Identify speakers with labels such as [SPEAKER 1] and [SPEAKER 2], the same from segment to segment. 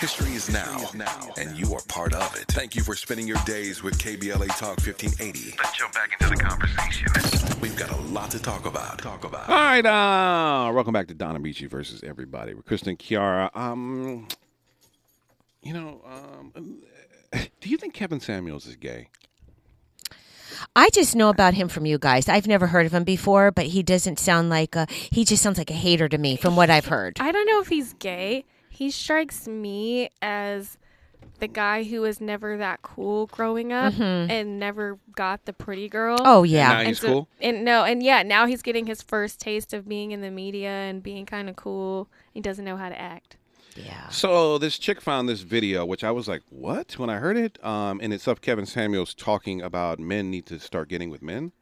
[SPEAKER 1] History is now, and you are part of it. Thank you for spending your days with KBLA Talk 1580.
[SPEAKER 2] Let's jump back into the conversation.
[SPEAKER 1] We've got a lot to talk about. Talk
[SPEAKER 3] All
[SPEAKER 1] about.
[SPEAKER 3] right, uh, welcome back to Donna Beachy versus everybody. We're Kristen Kiara. Um, you know, um, do you think Kevin Samuels is gay?
[SPEAKER 4] I just know about him from you guys. I've never heard of him before, but he doesn't sound like a. He just sounds like a hater to me, from what I've heard.
[SPEAKER 5] I don't know if he's gay. He strikes me as the guy who was never that cool growing up and never got the pretty girl.
[SPEAKER 4] Mm-hmm. Oh
[SPEAKER 3] And
[SPEAKER 4] yeah,
[SPEAKER 3] now he's
[SPEAKER 5] so-
[SPEAKER 3] cool.
[SPEAKER 5] And no, and yeah, now he's getting his first taste of being in the media and being kind of cool. He doesn't know how to act.
[SPEAKER 4] yeah.
[SPEAKER 3] So this chick found this video, which I was like, "What?" When I heard it, um, and it's of Kevin Samuels talking about men need to start getting with men.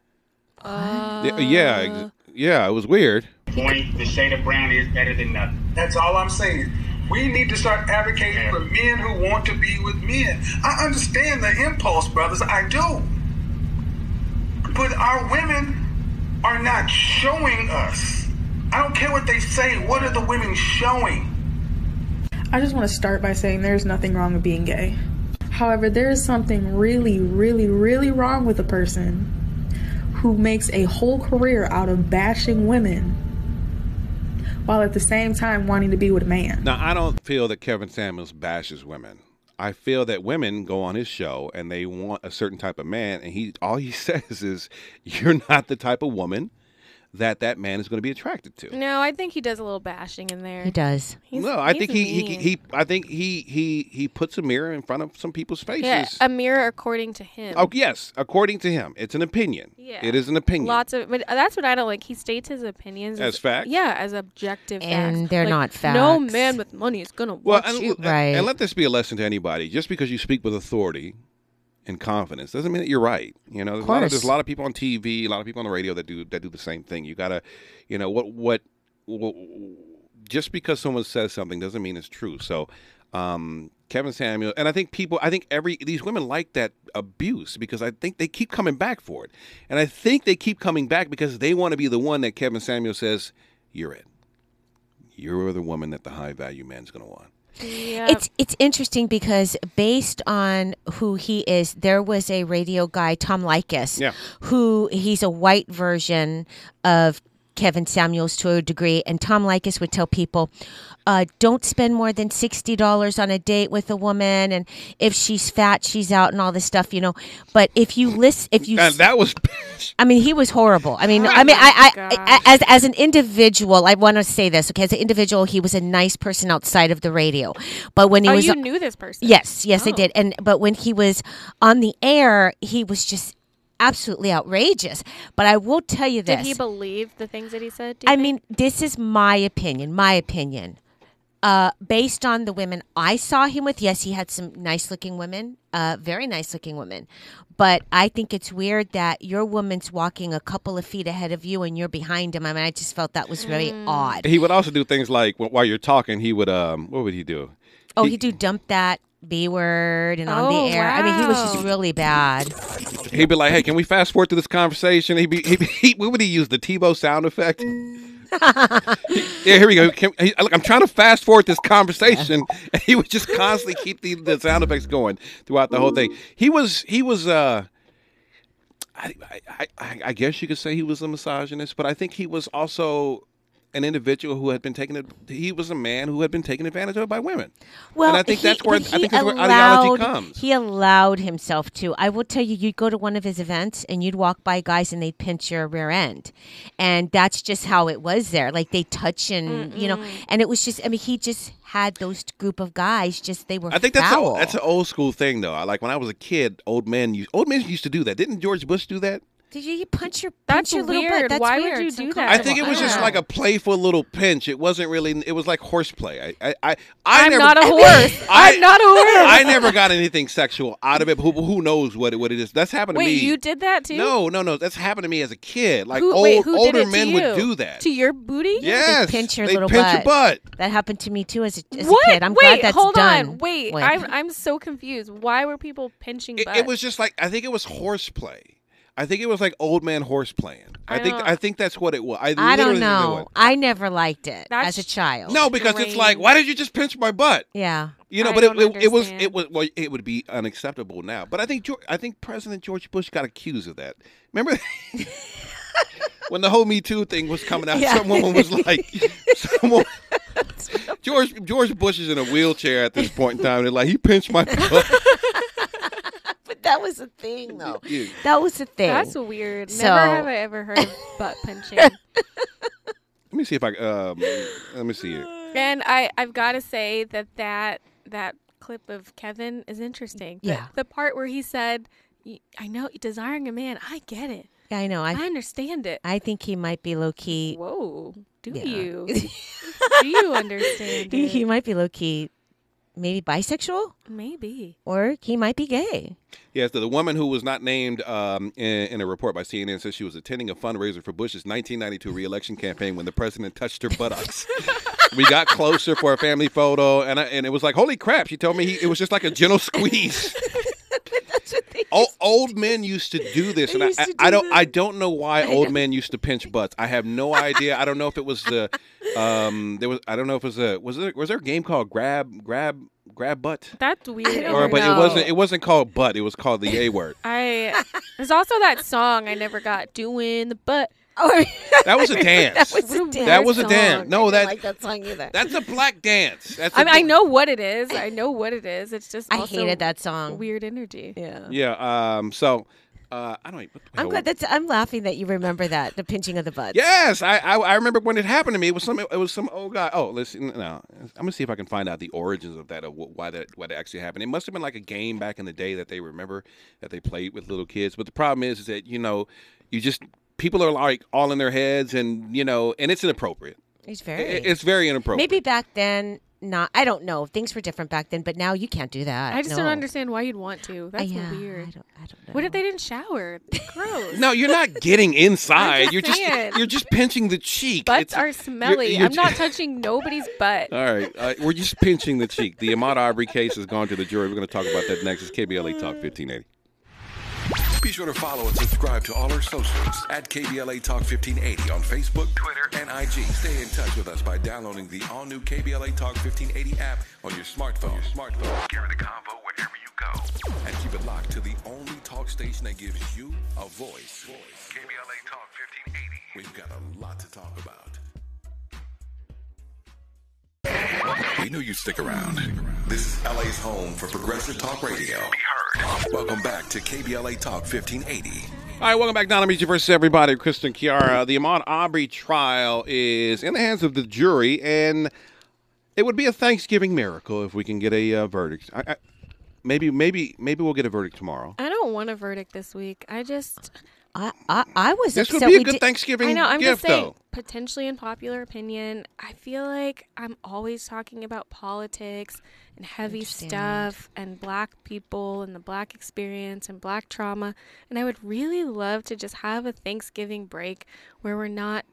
[SPEAKER 3] Y- yeah, ex- yeah, it was weird.
[SPEAKER 6] Point the shade of brown is better than nothing.
[SPEAKER 7] That's all I'm saying. We need to start advocating for men who want to be with men. I understand the impulse, brothers. I do. But our women are not showing us. I don't care what they say. What are the women showing?
[SPEAKER 8] I just want to start by saying there's nothing wrong with being gay. However, there is something really, really, really wrong with a person who makes a whole career out of bashing women while at the same time wanting to be with a man.
[SPEAKER 3] Now, I don't feel that Kevin Samuels bashes women. I feel that women go on his show and they want a certain type of man, and he all he says is, "You're not the type of woman that that man is going to be attracted to."
[SPEAKER 5] No, I think he does a little bashing in there.
[SPEAKER 4] he does.
[SPEAKER 5] He's-
[SPEAKER 3] no, I
[SPEAKER 5] he's
[SPEAKER 3] think he, he
[SPEAKER 5] mean.
[SPEAKER 3] he I think he he he puts a mirror in front of some people's faces.
[SPEAKER 5] Yeah, a mirror according to him.
[SPEAKER 3] Oh yes, according to him, it's an opinion.
[SPEAKER 5] Yeah.
[SPEAKER 3] it is an opinion.
[SPEAKER 5] Lots of, but that's what I don't like. He states his opinions
[SPEAKER 3] As facts?
[SPEAKER 5] Yeah, as objective,
[SPEAKER 4] And
[SPEAKER 5] facts.
[SPEAKER 4] they're
[SPEAKER 5] Like,
[SPEAKER 4] not
[SPEAKER 5] No
[SPEAKER 4] facts.
[SPEAKER 5] man with money is gonna
[SPEAKER 3] well,
[SPEAKER 5] watch
[SPEAKER 3] and,
[SPEAKER 5] you.
[SPEAKER 3] and-
[SPEAKER 4] right.
[SPEAKER 3] and let this be a lesson to anybody. Just because you speak with authority and confidence doesn't mean that you're right. You know, there's a lot of
[SPEAKER 4] course.
[SPEAKER 3] there's a lot of people on TV, a lot of people on the radio that do that do the same thing. You gotta, you know, what what, what just because someone says something doesn't mean it's true. So. Um, Kevin Samuel, and I think people, I think every these women like that abuse because I think they keep coming back for it, and I think they keep coming back because they want to be the one that Kevin Samuel says, "You're it, you're the woman that the high value man's going to want."
[SPEAKER 5] Yeah,
[SPEAKER 4] It's it's interesting because based on who he is, there was a radio guy, Tom Likas,
[SPEAKER 3] Yeah.
[SPEAKER 4] who he's a white version of Kevin Samuels to a degree, and Tom Likas would tell people, uh, "Don't spend more than sixty dollars on a date with a woman, and if she's fat, she's out, and all this stuff, you know." But if you listen, if you
[SPEAKER 3] And that was
[SPEAKER 4] I mean, he was horrible. I mean, I mean, I, I, I
[SPEAKER 5] Oh gosh.
[SPEAKER 4] as as an individual, I want to say this. Okay, as an individual, he was a nice person outside of the radio, but when he
[SPEAKER 5] oh,
[SPEAKER 4] was
[SPEAKER 5] you knew this person.
[SPEAKER 4] yes, yes, I
[SPEAKER 5] Oh.
[SPEAKER 4] did. And but when he was on the air, he was just absolutely outrageous. But I will tell you this.
[SPEAKER 5] Did he believe the things that he said? do you
[SPEAKER 4] I
[SPEAKER 5] think?
[SPEAKER 4] mean, this is my opinion. My opinion. Uh, based on the women I saw him with, yes, he had some nice looking women, uh, very nice looking women. But I think it's weird that your woman's walking a couple of feet ahead of you and you're behind him. I mean, I just felt that was very
[SPEAKER 5] Mm.
[SPEAKER 4] odd.
[SPEAKER 3] he would also do things like wh- while you're talking, he would um, what would he do?
[SPEAKER 4] Oh, he do dump that B word and on
[SPEAKER 5] Oh,
[SPEAKER 4] the air. I mean, he was
[SPEAKER 5] wow.
[SPEAKER 4] just really bad.
[SPEAKER 3] He'd be like, "Hey, can we fast forward to this conversation?" He'd be, he'd be he, what would he use the Tebow sound effect? yeah, here we go. Can, he, look, I'm trying to fast forward this conversation, and he would just constantly keep the, the sound effects going throughout the whole thing. He was he was uh. I, I, I, I guess you could say he was a misogynist, but I think he was also an individual who had been taken. ad- He was a man who had been taken advantage of by women.
[SPEAKER 4] Well,
[SPEAKER 3] and I think
[SPEAKER 4] he-
[SPEAKER 3] that's where I
[SPEAKER 4] but
[SPEAKER 3] think
[SPEAKER 4] he
[SPEAKER 3] that's where ideology
[SPEAKER 4] allowed-
[SPEAKER 3] comes.
[SPEAKER 4] He allowed himself to. I will tell you, you'd go to one of his events and you'd walk by guys and they'd pinch your rear end, and that's just how it was there. Like they touch and you know, and it was just. I mean, he just had those group of guys. Just they were.
[SPEAKER 3] I think that's
[SPEAKER 4] foul.
[SPEAKER 3] a, that's an old school thing though. I- Like when I was a kid, old men used, old men used to do that. Didn't George Bush do that?
[SPEAKER 4] Did you, you punch your?
[SPEAKER 5] That's
[SPEAKER 4] punch your little
[SPEAKER 5] weird.
[SPEAKER 4] butt? That's
[SPEAKER 5] Why would
[SPEAKER 4] weird.
[SPEAKER 5] you
[SPEAKER 4] It's
[SPEAKER 5] do that?
[SPEAKER 3] I
[SPEAKER 4] uncomfortable.
[SPEAKER 3] think it was
[SPEAKER 4] I
[SPEAKER 3] just
[SPEAKER 4] don't
[SPEAKER 3] like
[SPEAKER 4] know.
[SPEAKER 3] a playful little pinch. It wasn't really. It was like horseplay. I I I, I
[SPEAKER 5] I'm
[SPEAKER 3] never,
[SPEAKER 5] not a horse.
[SPEAKER 3] I-
[SPEAKER 5] I'm not a horse.
[SPEAKER 3] I never got anything sexual out of it. Who, who knows what it, what it is? That's happened to
[SPEAKER 5] Wait,
[SPEAKER 3] me.
[SPEAKER 5] you did that too?
[SPEAKER 3] No, no, no. That's happened to me as a kid. Like
[SPEAKER 5] Who,
[SPEAKER 3] old
[SPEAKER 5] wait, who
[SPEAKER 3] older
[SPEAKER 5] did it to
[SPEAKER 3] men would
[SPEAKER 5] you?
[SPEAKER 3] do that.
[SPEAKER 5] to your booty.
[SPEAKER 3] yes,
[SPEAKER 4] They pinch your
[SPEAKER 3] they
[SPEAKER 4] little
[SPEAKER 3] pinch
[SPEAKER 4] butt.
[SPEAKER 3] your butt.
[SPEAKER 4] That happened to me too as a, as
[SPEAKER 5] What?
[SPEAKER 4] a kid. I'm
[SPEAKER 5] Wait,
[SPEAKER 4] glad that's
[SPEAKER 5] hold
[SPEAKER 4] done.
[SPEAKER 5] on. Wait,
[SPEAKER 4] with.
[SPEAKER 5] I'm I'm so confused. Why were people pinching
[SPEAKER 3] It,
[SPEAKER 5] butt?
[SPEAKER 3] it was just like I think it was horseplay. I think it was like old man horse playing. I,
[SPEAKER 5] I
[SPEAKER 3] think
[SPEAKER 5] don't-
[SPEAKER 3] I think that's what it was. I, literally
[SPEAKER 4] I don't
[SPEAKER 3] think that
[SPEAKER 4] know. I never liked it
[SPEAKER 5] That's-
[SPEAKER 4] as a child.
[SPEAKER 3] was- No, because it's like, why did you just pinch my butt?
[SPEAKER 4] Yeah.
[SPEAKER 3] You know,
[SPEAKER 5] I
[SPEAKER 3] but it,
[SPEAKER 5] don't
[SPEAKER 3] it, it was it
[SPEAKER 5] understand.
[SPEAKER 3] was well, it would be unacceptable now. But I think George, I think President George Bush got accused of that. Remember when the whole Me Too thing was coming out?
[SPEAKER 4] Yeah.
[SPEAKER 3] Some woman was like, someone, George George Bush is in a wheelchair at this point in time. They're like, he pinched my butt.
[SPEAKER 4] But that was a thing, though.
[SPEAKER 3] Yeah.
[SPEAKER 4] That was a thing.
[SPEAKER 5] That's weird.
[SPEAKER 4] So-
[SPEAKER 5] Never have I ever heard of butt punching.
[SPEAKER 3] Let me see if I um, let me see it.
[SPEAKER 5] and I, I've got to say that, that that clip of Kevin is interesting. The-
[SPEAKER 4] Yeah.
[SPEAKER 5] The, part where he said, "Y- I know, desiring a man, I get it.
[SPEAKER 4] I know.
[SPEAKER 5] I
[SPEAKER 4] I
[SPEAKER 5] understand it.
[SPEAKER 4] I think he might be low key.
[SPEAKER 5] Whoa. Do
[SPEAKER 4] Yeah.
[SPEAKER 5] you? Do you understand
[SPEAKER 4] He, he
[SPEAKER 5] it?
[SPEAKER 4] might be low key, maybe bisexual,
[SPEAKER 5] Maybe.
[SPEAKER 4] or he might be gay.
[SPEAKER 3] Yes, the, the woman who was not named um, in, in a report by CNN says she was attending a fundraiser for Bush's 1992 reelection campaign when the president touched her buttocks. we got closer for a family photo, and I, and it was like, holy crap! She told me he, it was just like a gentle squeeze. O- old men used to do this, and I,
[SPEAKER 4] used to
[SPEAKER 3] I, I
[SPEAKER 4] do
[SPEAKER 3] don't. I don't know why old men used to pinch butts. I have no idea. I don't know if it was the, um, there was. I don't know if it was a. Was there was there a game called grab grab grab butt?
[SPEAKER 5] That's weird.
[SPEAKER 4] don't
[SPEAKER 3] Or, but it
[SPEAKER 4] know.
[SPEAKER 3] wasn't. It wasn't called butt. It was called the A word.
[SPEAKER 5] I there's also that song I never got doing the butt.
[SPEAKER 4] Or
[SPEAKER 3] That was a dance.
[SPEAKER 4] was
[SPEAKER 5] What a
[SPEAKER 4] dance.
[SPEAKER 3] That was a
[SPEAKER 5] song.
[SPEAKER 3] dance. No,
[SPEAKER 4] I
[SPEAKER 3] that
[SPEAKER 4] don't like that song either.
[SPEAKER 3] that's a black dance. That's
[SPEAKER 5] I
[SPEAKER 3] a
[SPEAKER 5] mean, I know what it is. I know what it is. It's just
[SPEAKER 4] I
[SPEAKER 5] also
[SPEAKER 4] hated that song.
[SPEAKER 5] weird energy. Yeah.
[SPEAKER 3] Yeah. Um. So, uh, I don't. What the
[SPEAKER 4] I'm
[SPEAKER 3] hell-
[SPEAKER 4] glad that's. I'm laughing that you remember that the pinching of the butt.
[SPEAKER 3] Yes, I, I I remember when it happened to me. It was some it was some old guy. Oh, listen, no, I'm gonna see if I can find out the origins of that, of wh- why that why that actually happened. It must have been like a game back in the day that they remember that they played with little kids. But the problem is, is that you know, you just people are like all in their heads, and you know, and it's inappropriate.
[SPEAKER 4] It's
[SPEAKER 3] I-
[SPEAKER 4] very.
[SPEAKER 3] It's very inappropriate.
[SPEAKER 4] maybe back then. Not. I don't know. Things were different back then, but now you can't do that.
[SPEAKER 5] I just
[SPEAKER 4] No.
[SPEAKER 5] don't understand why you'd want to.
[SPEAKER 4] Uh,
[SPEAKER 5] That's
[SPEAKER 4] yeah, I
[SPEAKER 5] weird.
[SPEAKER 4] don't, I don't know.
[SPEAKER 5] What if they didn't shower? Gross.
[SPEAKER 3] No, you're not getting inside. you're just
[SPEAKER 5] saying.
[SPEAKER 3] you're just pinching the cheek.
[SPEAKER 5] Butts
[SPEAKER 3] It's-
[SPEAKER 5] are smelly.
[SPEAKER 3] you're
[SPEAKER 5] I'm not
[SPEAKER 3] ju-
[SPEAKER 5] touching nobody's butt.
[SPEAKER 3] All right, uh, we're just pinching the cheek. The Ahmad Aubrey case has gone to the jury. We're going to talk about that next. It's KBLA E Talk 1580.
[SPEAKER 1] Be sure to follow and subscribe to all our socials at KBLA Talk 1580 on Facebook, Twitter, and IG. Stay in touch with us by downloading the all new KBLA Talk 1580 app on your smartphone. Your smartphone.
[SPEAKER 2] Carry the convo wherever you go.
[SPEAKER 1] And keep it locked to the only talk station that gives you a voice.
[SPEAKER 2] KBLA Talk 1580.
[SPEAKER 1] We've got a lot to talk about. We knew you'd stick around. This is LA's home for progressive talk radio. Welcome back to KBLA Talk 1580.
[SPEAKER 3] All right, welcome back down to Meet You versus Everybody. Kristen Kiara. The Ahmad Aubrey trial is in the hands of the jury, and it would be a Thanksgiving miracle if we can get a uh, verdict. I, I, maybe, maybe, maybe we'll get a verdict tomorrow.
[SPEAKER 5] I don't want a verdict this week. I just
[SPEAKER 4] I, I, I was
[SPEAKER 3] This would
[SPEAKER 4] upset
[SPEAKER 3] be a
[SPEAKER 4] we
[SPEAKER 3] good
[SPEAKER 4] did-
[SPEAKER 3] Thanksgiving
[SPEAKER 5] I know. I'm
[SPEAKER 3] gift,
[SPEAKER 5] just saying,
[SPEAKER 3] though.
[SPEAKER 5] potentially unpopular opinion. I feel like I'm always talking about politics and heavy stuff and black people and the black experience and black trauma. And I would really love to just have a Thanksgiving break where we're not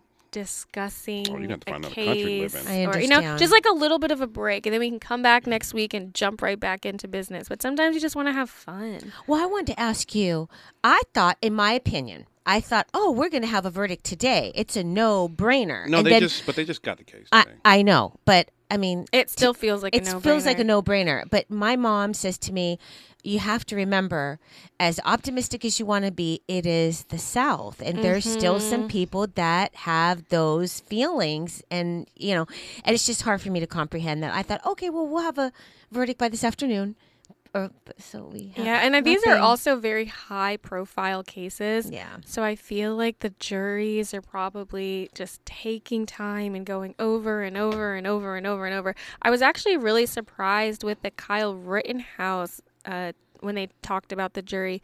[SPEAKER 5] discussing
[SPEAKER 3] gonna Oh, have to
[SPEAKER 5] a
[SPEAKER 3] find another country to live
[SPEAKER 5] case
[SPEAKER 3] in.
[SPEAKER 4] I
[SPEAKER 5] or you know
[SPEAKER 4] understand.
[SPEAKER 5] just like a little bit of a break and then we can come back next week and jump right back into business but sometimes you just want to have fun
[SPEAKER 4] Well, I wanted to ask you. I thought, in my opinion, I thought, oh, we're going to have a verdict today. It's a no-brainer.
[SPEAKER 3] No,
[SPEAKER 4] and
[SPEAKER 3] they
[SPEAKER 4] then,
[SPEAKER 3] just, but they just got the case.
[SPEAKER 4] I,
[SPEAKER 3] today.
[SPEAKER 4] I know, but I mean,
[SPEAKER 5] it still feels like
[SPEAKER 4] it
[SPEAKER 5] a no
[SPEAKER 4] feels like a no-brainer. But my mom says to me, "You have to remember, as optimistic as you want to be, it is the South, and there's still
[SPEAKER 5] Mm-hmm.
[SPEAKER 4] some people that have those feelings, and you know, and it's just hard for me to comprehend that." I thought, okay, well, we'll have a verdict by this afternoon, or so we. Have
[SPEAKER 5] Yeah, and uh, these are
[SPEAKER 4] nothing.
[SPEAKER 5] also very high profile cases.
[SPEAKER 4] Yeah.
[SPEAKER 5] So I feel like the juries are probably just taking time and going over and over and over and over and over. I was actually really surprised with the Kyle Rittenhouse uh, when they talked about the jury.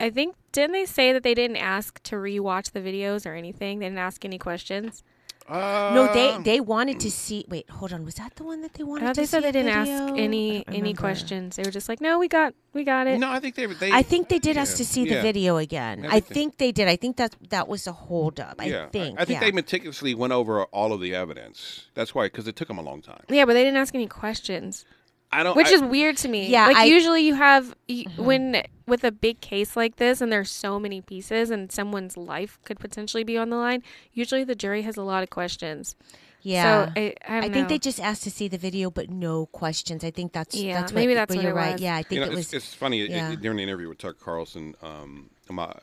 [SPEAKER 5] I think didn't they say that they didn't ask to rewatch the videos or anything? They didn't ask any questions.
[SPEAKER 4] No, they they wanted to see. Wait, hold on. Was that the one that they wanted?
[SPEAKER 5] No,
[SPEAKER 4] to
[SPEAKER 5] they said
[SPEAKER 4] see
[SPEAKER 5] they didn't ask
[SPEAKER 4] video? I
[SPEAKER 5] any
[SPEAKER 4] don't
[SPEAKER 5] any
[SPEAKER 4] remember.
[SPEAKER 5] questions. They were just like, "No, we got we got it."
[SPEAKER 3] no, I think they. they
[SPEAKER 4] I think they did us to see
[SPEAKER 3] Yeah.
[SPEAKER 4] the video again.
[SPEAKER 3] I
[SPEAKER 4] I
[SPEAKER 3] think they-
[SPEAKER 4] think they did. I think that that was a holdup. I
[SPEAKER 3] yeah,
[SPEAKER 4] think.
[SPEAKER 3] I, think
[SPEAKER 4] yeah.
[SPEAKER 3] they meticulously went over all of the evidence. That's why, because it took them a long time.
[SPEAKER 5] Yeah, but they didn't ask any questions.
[SPEAKER 3] I don't.
[SPEAKER 5] which
[SPEAKER 3] I-
[SPEAKER 5] is weird to me.
[SPEAKER 4] Yeah,
[SPEAKER 5] like
[SPEAKER 4] I- Mm-hmm.
[SPEAKER 5] usually you have y when with a big case like this, and there's so many pieces, and someone's life could potentially be on the line. Usually the jury has a lot of questions.
[SPEAKER 4] Yeah.
[SPEAKER 5] so I, I,
[SPEAKER 4] I,
[SPEAKER 5] don't
[SPEAKER 4] think
[SPEAKER 5] know.
[SPEAKER 4] they just asked to see the video, but no questions. I think that's
[SPEAKER 5] Yeah,
[SPEAKER 4] that's
[SPEAKER 5] maybe
[SPEAKER 4] what,
[SPEAKER 5] that's
[SPEAKER 4] where
[SPEAKER 5] what
[SPEAKER 4] you're
[SPEAKER 5] it
[SPEAKER 4] right.
[SPEAKER 5] was.
[SPEAKER 4] Yeah, I
[SPEAKER 3] You
[SPEAKER 4] think
[SPEAKER 3] know,
[SPEAKER 4] it
[SPEAKER 3] it's,
[SPEAKER 4] was.
[SPEAKER 3] it's funny it-
[SPEAKER 4] yeah.
[SPEAKER 3] it, during the interview with Tucker Carlson. Um, my, uh,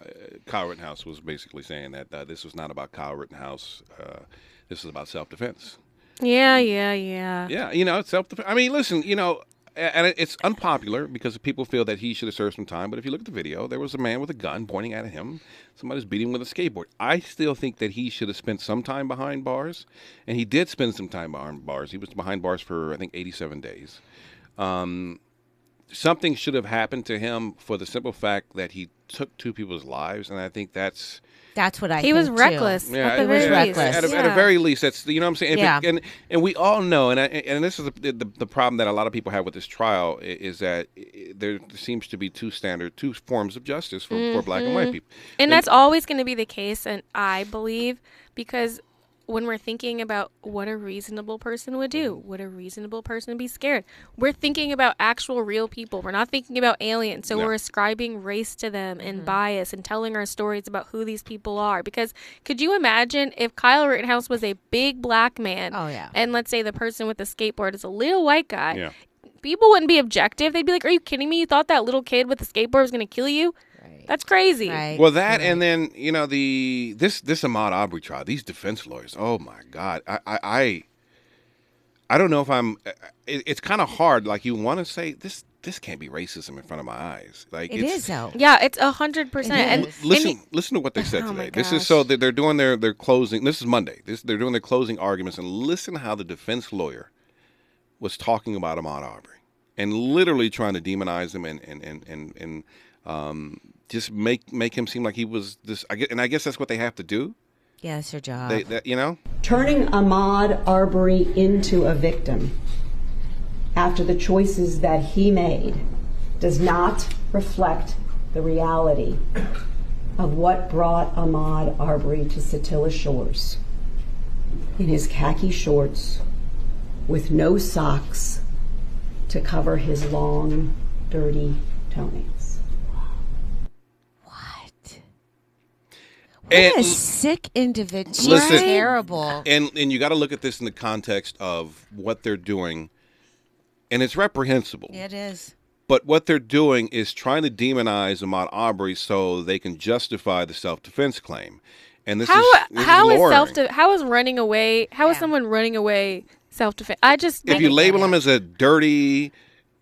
[SPEAKER 3] Kyle Rittenhouse was basically saying that uh, this was not about Kyle Rittenhouse. Uh, this is about self-defense.
[SPEAKER 5] yeah, yeah, yeah,
[SPEAKER 3] Yeah, you know, it's self. I mean, listen, you know, a- and it- it's unpopular because people feel that he should have served some time. But if you look at the video, there was a man with a gun pointing at him. Somebody's beating him with a skateboard. I still think that he should have spent some time behind bars, and he did spend some time behind bars. He was behind bars for I think 87 days. Um, something should have happened to him for the simple fact that he took two people's lives, and I think that's
[SPEAKER 4] That's what I.
[SPEAKER 5] He was
[SPEAKER 4] think, too.
[SPEAKER 5] reckless. at the
[SPEAKER 3] it was
[SPEAKER 5] very
[SPEAKER 3] at-
[SPEAKER 5] least.
[SPEAKER 4] reckless.
[SPEAKER 3] At, a, at a
[SPEAKER 5] Yeah.
[SPEAKER 3] very least, that's you know what I'm saying. If it-
[SPEAKER 4] Yeah.
[SPEAKER 3] and and we all know, and I, and this is the, the the problem that a lot of people have with this trial i- is that i- i- there seems to be two standard, two forms of justice for, for black and white people.
[SPEAKER 5] Mm-hmm. And that's always going to be the case, and I believe because when we're thinking about what a reasonable person would do,
[SPEAKER 4] Mm.
[SPEAKER 5] would a reasonable person would be scared? We're thinking about actual real people. We're not thinking about aliens. So
[SPEAKER 3] No.
[SPEAKER 5] we're ascribing race to them and
[SPEAKER 4] Mm-hmm.
[SPEAKER 5] bias and telling our stories about who these people are. Because could you imagine if Kyle Rittenhouse was a big black man?
[SPEAKER 4] Oh, yeah.
[SPEAKER 5] And let's say the person with the skateboard is a little white guy
[SPEAKER 3] Yeah.
[SPEAKER 5] people wouldn't be objective. They'd be like, "Are you kidding me? You thought that little kid with the skateboard was going to kill you? That's crazy."
[SPEAKER 4] Right.
[SPEAKER 3] Well, that and then you know the this this Ahmad Aubrey trial, these defense lawyers. Oh my God, I I. I I don't know if I'm. uh, It, it's kind of hard. Like you want to say this. This can't be racism in front of my eyes. Like
[SPEAKER 4] it
[SPEAKER 3] it's,
[SPEAKER 4] is though.
[SPEAKER 5] Yeah, it's a hundred percent.
[SPEAKER 4] It
[SPEAKER 5] And
[SPEAKER 4] is.
[SPEAKER 3] listen, listen to what they said
[SPEAKER 5] Oh my
[SPEAKER 3] today. This is so
[SPEAKER 5] gosh.
[SPEAKER 3] that they're doing their their closing. This is Monday. This they're doing their closing arguments, and listen how the defense lawyer was talking about Ahmaud Arbery and literally trying to demonize him and and and and, and um, just make make him seem like he was this. I guess, and I guess that's what they have to do.
[SPEAKER 4] Yeah, it's her job.
[SPEAKER 5] Uh-huh.
[SPEAKER 3] They, that, you know,
[SPEAKER 9] turning Ahmad Arbery into a victim after the choices that he made does not reflect the reality of what brought Ahmad Arbery to Satilla Shores in his khaki shorts with no socks to cover his long, dirty toenails.
[SPEAKER 4] what
[SPEAKER 3] And-
[SPEAKER 4] a sick individual. She's
[SPEAKER 3] Listen.
[SPEAKER 4] terrible.
[SPEAKER 3] and and you got to look at this in the context of what they're doing, and it's reprehensible.
[SPEAKER 4] It is.
[SPEAKER 3] But what they're doing is trying to demonize Ahmaud Aubrey so they can justify the self-defense claim. And this
[SPEAKER 5] how
[SPEAKER 3] is this
[SPEAKER 5] how is
[SPEAKER 3] lowering.
[SPEAKER 5] self de- how is running away? How is
[SPEAKER 4] Yeah.
[SPEAKER 5] someone running away self defense? I just
[SPEAKER 3] If you
[SPEAKER 5] I-
[SPEAKER 3] label him as a dirty,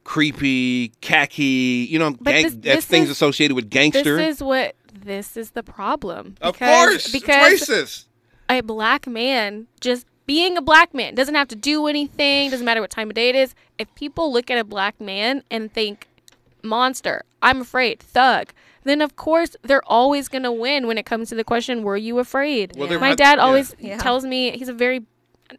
[SPEAKER 3] creepy, khaki, you know, gang,
[SPEAKER 5] this-
[SPEAKER 3] that's
[SPEAKER 5] this
[SPEAKER 3] things
[SPEAKER 5] is-
[SPEAKER 3] associated with
[SPEAKER 5] this
[SPEAKER 3] gangster.
[SPEAKER 5] is what this is the problem.
[SPEAKER 3] of
[SPEAKER 5] Because-
[SPEAKER 3] course,
[SPEAKER 5] because
[SPEAKER 3] it's racist.
[SPEAKER 5] a black man just being a black man doesn't have to do anything doesn't matter what time of day it is if people look at a black man and think monster i'm afraid thug then of course they're always going to win when it comes to the question were you afraid
[SPEAKER 3] Well, they're-
[SPEAKER 5] my dad
[SPEAKER 3] Yeah.
[SPEAKER 5] always
[SPEAKER 4] Yeah.
[SPEAKER 5] tells me he's a very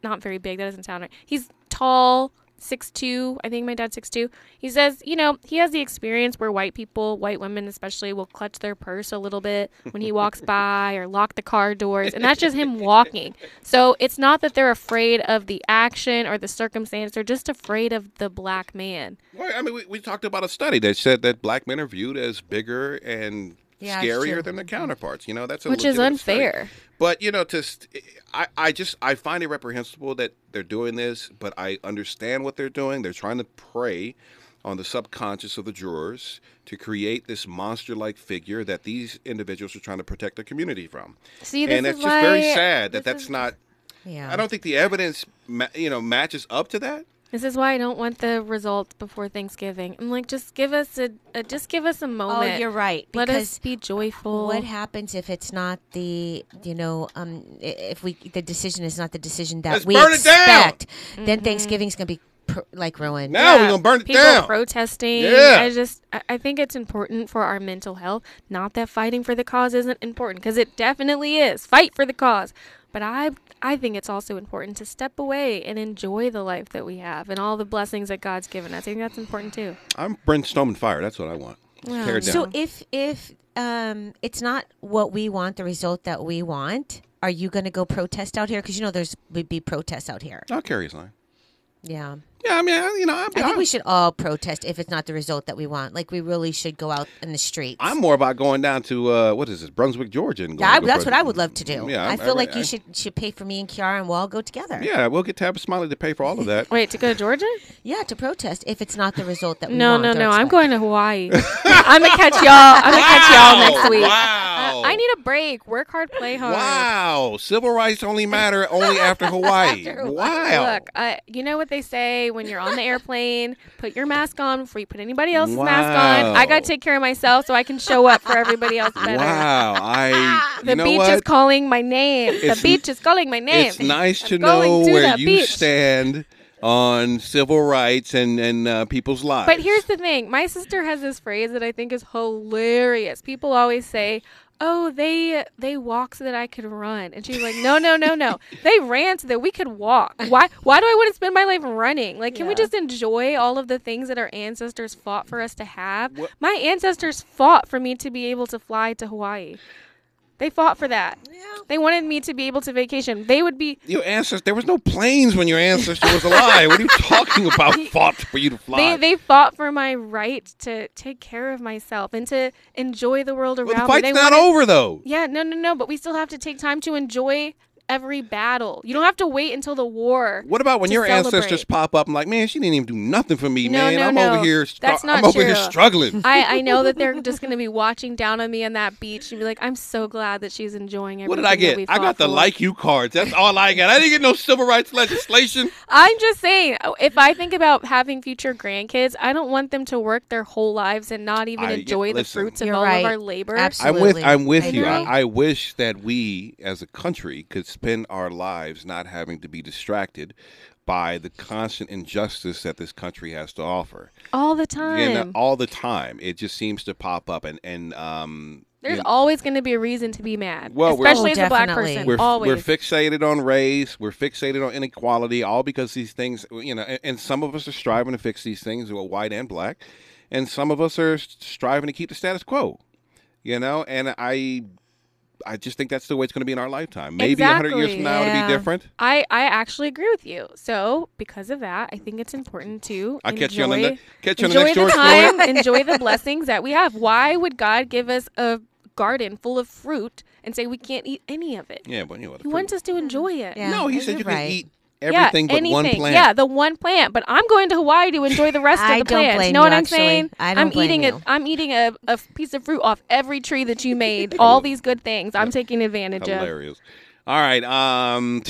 [SPEAKER 5] not very big that doesn't sound right he's tall six two i think my dad's six two he says you know he has the experience where white people white women especially will clutch their purse a little bit when he walks by or lock the car doors and that's just him walking so it's not that they're afraid of the action or the circumstance they're just afraid of the black man
[SPEAKER 3] Well, I mean, we, we talked about a study that said that black men are viewed as bigger and
[SPEAKER 4] Yeah, it's
[SPEAKER 3] scarier
[SPEAKER 4] true.
[SPEAKER 3] than their counterparts. You know, that's a
[SPEAKER 5] Which is
[SPEAKER 3] legitimate study.
[SPEAKER 5] unfair.
[SPEAKER 3] But you know, to st- I, I just I find it reprehensible that they're doing this, but I understand what they're doing. They're trying to prey on the subconscious of the jurors to create this monster-like figure that these individuals are trying to protect their community from.
[SPEAKER 5] See, this
[SPEAKER 3] and that's
[SPEAKER 5] is
[SPEAKER 3] just very
[SPEAKER 5] why-
[SPEAKER 3] sad that
[SPEAKER 5] this
[SPEAKER 3] that's
[SPEAKER 5] is-
[SPEAKER 3] not.
[SPEAKER 4] Yeah.
[SPEAKER 3] I don't think the evidence, ma- you know, matches up to that.
[SPEAKER 5] This is why I don't want the results before Thanksgiving. I'm like, just give us a, a just give us a moment.
[SPEAKER 4] Oh, you're right,
[SPEAKER 5] Let
[SPEAKER 4] because
[SPEAKER 5] us be joyful.
[SPEAKER 4] What happens if it's not the you know um i- if we the decision is not the decision that
[SPEAKER 3] Let's
[SPEAKER 4] we
[SPEAKER 3] burn it down.
[SPEAKER 4] expect? Then Thanksgiving's gonna be pr- like ruined.
[SPEAKER 3] Now
[SPEAKER 5] Yeah,
[SPEAKER 3] we're gonna burn it
[SPEAKER 5] people
[SPEAKER 3] down.
[SPEAKER 5] protesting.
[SPEAKER 3] Yeah.
[SPEAKER 5] I just I- I think it's important for our mental health. Not that fighting for the cause isn't important, because it definitely is. Fight for the cause. But I I think it's also important to step away and enjoy the life that we have and all the blessings that God's given us. I think that's important too.
[SPEAKER 3] I'm brainstorming fire. That's what I want. Let's tear it down.
[SPEAKER 4] So if if um it's not what we want, the result that we want, are you gonna go protest out here? Because you know there's would be protests out here.
[SPEAKER 3] I'll carry his line.
[SPEAKER 4] Yeah.
[SPEAKER 3] Yeah, I mean, I- you know, I,
[SPEAKER 4] I think
[SPEAKER 3] I-
[SPEAKER 4] we should all protest if it's not the result that we want. Like we really should go out in the streets.
[SPEAKER 3] I'm more about going down to uh, what is this, Brunswick, Georgia, and
[SPEAKER 4] Yeah, I-
[SPEAKER 3] going to
[SPEAKER 4] that's what
[SPEAKER 3] protest.
[SPEAKER 4] I would love to do.
[SPEAKER 3] Yeah,
[SPEAKER 4] I
[SPEAKER 3] I'm-
[SPEAKER 4] feel like
[SPEAKER 3] I-
[SPEAKER 4] you should should pay for me and Kiara, and we'll all go together.
[SPEAKER 3] Yeah, we'll get Tabitha Smiley to pay for all of that.
[SPEAKER 5] Wait, to go to Georgia?
[SPEAKER 4] Yeah, to protest if it's not the result that we
[SPEAKER 5] No,
[SPEAKER 4] want.
[SPEAKER 5] no,
[SPEAKER 4] or
[SPEAKER 5] no. I'm
[SPEAKER 4] expect.
[SPEAKER 5] going to Hawaii. I'm gonna catch y'all. I'm gonna catch y'all next week.
[SPEAKER 3] Wow.
[SPEAKER 5] I need a break. Work hard, play hard.
[SPEAKER 3] Wow, civil rights only matter only after Hawaii.
[SPEAKER 5] After a while.
[SPEAKER 3] wow.
[SPEAKER 5] Look, uh, you know what they say when you're on the airplane: put your mask on before you put anybody else's mask on. I
[SPEAKER 3] Wow.
[SPEAKER 5] got to take care of myself so I can show up for everybody else better.
[SPEAKER 3] Wow, I
[SPEAKER 5] The
[SPEAKER 3] you know
[SPEAKER 5] beach
[SPEAKER 3] what?
[SPEAKER 5] is calling my name.
[SPEAKER 3] It's-
[SPEAKER 5] the beach is calling my name.
[SPEAKER 3] It's nice
[SPEAKER 5] I'm
[SPEAKER 3] to
[SPEAKER 5] going
[SPEAKER 3] know
[SPEAKER 5] to
[SPEAKER 3] where
[SPEAKER 5] the
[SPEAKER 3] you
[SPEAKER 5] beach.
[SPEAKER 3] stand on civil rights and and uh, people's lives.
[SPEAKER 5] But here's the thing. My sister has this phrase that I think is hilarious. People always say, "Oh, they they walk so that I could run," and she's like, "No, no, no, no. They ran so that we could walk. Why? Why do I want to spend my life running? Like, can we just enjoy all of the things that our ancestors fought for us to have? My ancestors fought for me to be able to fly to Hawaii. They fought for that. They wanted me to be able to vacation. They would be
[SPEAKER 3] your ancestors. There was no planes when your ancestor was alive. what are you talking about? Fought for you to
[SPEAKER 5] They,
[SPEAKER 3] fly.
[SPEAKER 5] they fought for my right to take care of myself and to enjoy the world around
[SPEAKER 3] well, the
[SPEAKER 5] me.
[SPEAKER 3] fight's
[SPEAKER 5] They
[SPEAKER 3] not
[SPEAKER 5] wanted-
[SPEAKER 3] over though.
[SPEAKER 5] Yeah, no, no, no. But we still have to take time to enjoy every battle. You don't have to wait until the war.
[SPEAKER 3] What about when
[SPEAKER 5] to
[SPEAKER 3] your
[SPEAKER 5] celebrate.
[SPEAKER 3] ancestors pop up? I'm like, man, she didn't even do nothing for me,
[SPEAKER 5] No,
[SPEAKER 3] man.
[SPEAKER 5] no,
[SPEAKER 3] I'm
[SPEAKER 5] no.
[SPEAKER 3] over here. str-
[SPEAKER 5] That's not
[SPEAKER 3] I'm over here
[SPEAKER 5] true.
[SPEAKER 3] struggling.
[SPEAKER 5] I, I know that they're just going to be watching down on me on that beach and be like, I'm so glad that she's enjoying everything.
[SPEAKER 3] What did I
[SPEAKER 5] that
[SPEAKER 3] get?
[SPEAKER 5] we
[SPEAKER 3] I
[SPEAKER 5] fought
[SPEAKER 3] got the
[SPEAKER 5] for."
[SPEAKER 3] like you cards. That's all I got. I didn't get no civil rights legislation.
[SPEAKER 5] I'm just saying, oh, if I think about having future grandkids, I don't want them to work their whole lives and not even
[SPEAKER 3] I- yeah,
[SPEAKER 5] enjoy the
[SPEAKER 3] listen.
[SPEAKER 5] fruits of
[SPEAKER 4] You're
[SPEAKER 5] all of
[SPEAKER 4] right.
[SPEAKER 5] our labor.
[SPEAKER 4] Absolutely.
[SPEAKER 3] I'm with I'm with you.
[SPEAKER 5] agree.
[SPEAKER 3] I, I wish that we as a country could spend our lives not having to be distracted by the constant injustice that this country has to offer.
[SPEAKER 5] All the
[SPEAKER 3] You
[SPEAKER 5] time.
[SPEAKER 3] know, all the time. It just seems to pop up and and um
[SPEAKER 5] There's
[SPEAKER 3] you know,
[SPEAKER 5] always going to be a reason to be mad,
[SPEAKER 3] Well, we're-
[SPEAKER 5] especially
[SPEAKER 4] Oh,
[SPEAKER 5] as a black
[SPEAKER 4] definitely.
[SPEAKER 5] person.
[SPEAKER 3] we're,
[SPEAKER 5] always.
[SPEAKER 3] we're fixated on race, we're fixated on inequality, all because these things, you know, and, and some of us are striving to fix these things, well, white and black, and some of us are striving to keep the status quo, you know, and I. I just think that's the way it's going to be in our lifetime. Maybe a 100 years
[SPEAKER 5] Exactly.
[SPEAKER 3] from now, it'll
[SPEAKER 4] Yeah.
[SPEAKER 3] be different.
[SPEAKER 5] I, I actually agree with you. So because of that, I think it's important to
[SPEAKER 3] I'll
[SPEAKER 5] enjoy,
[SPEAKER 3] catch you on the ne- catch you on the
[SPEAKER 5] enjoy
[SPEAKER 3] next George
[SPEAKER 5] time, enjoy the blessings that we have. Why would God give us a garden full of fruit and say we can't eat any of it?
[SPEAKER 3] Yeah, but you know what?
[SPEAKER 5] He wants us to enjoy it.
[SPEAKER 4] Yeah.
[SPEAKER 3] No, he
[SPEAKER 4] you're
[SPEAKER 3] said you can
[SPEAKER 4] right.
[SPEAKER 3] eat everything but one plant.
[SPEAKER 5] Yeah, the one plant. But I'm going to Hawaii to enjoy the rest
[SPEAKER 4] I
[SPEAKER 5] of the
[SPEAKER 4] don't
[SPEAKER 5] plants.
[SPEAKER 4] blame
[SPEAKER 5] You know what
[SPEAKER 4] you,
[SPEAKER 5] I'm
[SPEAKER 4] actually.
[SPEAKER 5] saying?
[SPEAKER 4] I don't
[SPEAKER 5] am
[SPEAKER 4] blame
[SPEAKER 5] eating
[SPEAKER 4] you.
[SPEAKER 5] a I'm eating a, a piece of fruit off every tree that you made. All these good things. I'm taking advantage of.
[SPEAKER 3] Hilarious. All right. Um,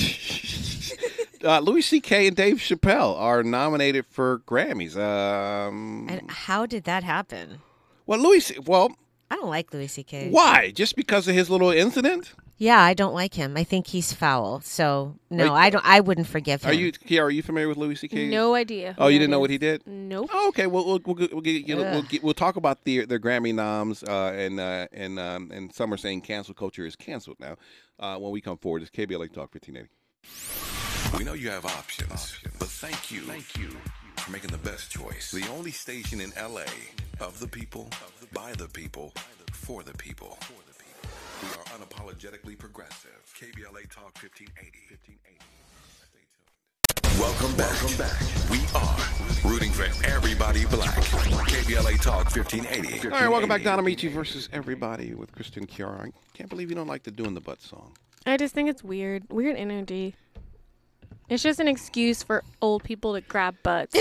[SPEAKER 3] uh, Louis C.K. and Dave Chappelle are nominated for Grammys. Um,
[SPEAKER 4] And how did that happen?
[SPEAKER 3] well, Louis. C- Well,
[SPEAKER 4] I don't like Louis C.K.
[SPEAKER 3] why? Just because of his little incident?
[SPEAKER 4] Yeah, I don't like him. I think he's foul. So no,
[SPEAKER 3] you-
[SPEAKER 4] I don't. I wouldn't forgive him.
[SPEAKER 3] Are you, Kiara? Are you familiar with Louis C.K.?
[SPEAKER 5] No idea. who
[SPEAKER 3] Oh,
[SPEAKER 5] that
[SPEAKER 3] you didn't know
[SPEAKER 5] is.
[SPEAKER 3] what he did?
[SPEAKER 5] Nope.
[SPEAKER 3] Oh, okay. Well, we'll we'll, get- we'll, get, you know, we'll, get, we'll talk about the their Grammy noms uh, and uh, and um, and some are saying cancel culture is canceled now. Uh, when we come forward, it's KBLA Talk 1580.
[SPEAKER 1] We know you have options, but thank you, thank you for making the best choice. The only station in LA of the people, by the people, for the people. We are unapologetically progressive. KBLA Talk 1580. 1580. Stay tuned. Welcome back. Welcome back. We are rooting for everybody black. KBLA Talk 1580.
[SPEAKER 3] All right, welcome back. Don Amici versus everybody with Kristen Kiara. I can't believe you don't like the doing the butt song.
[SPEAKER 5] I just think it's weird. Weird energy. It's just an excuse for old people to grab butts.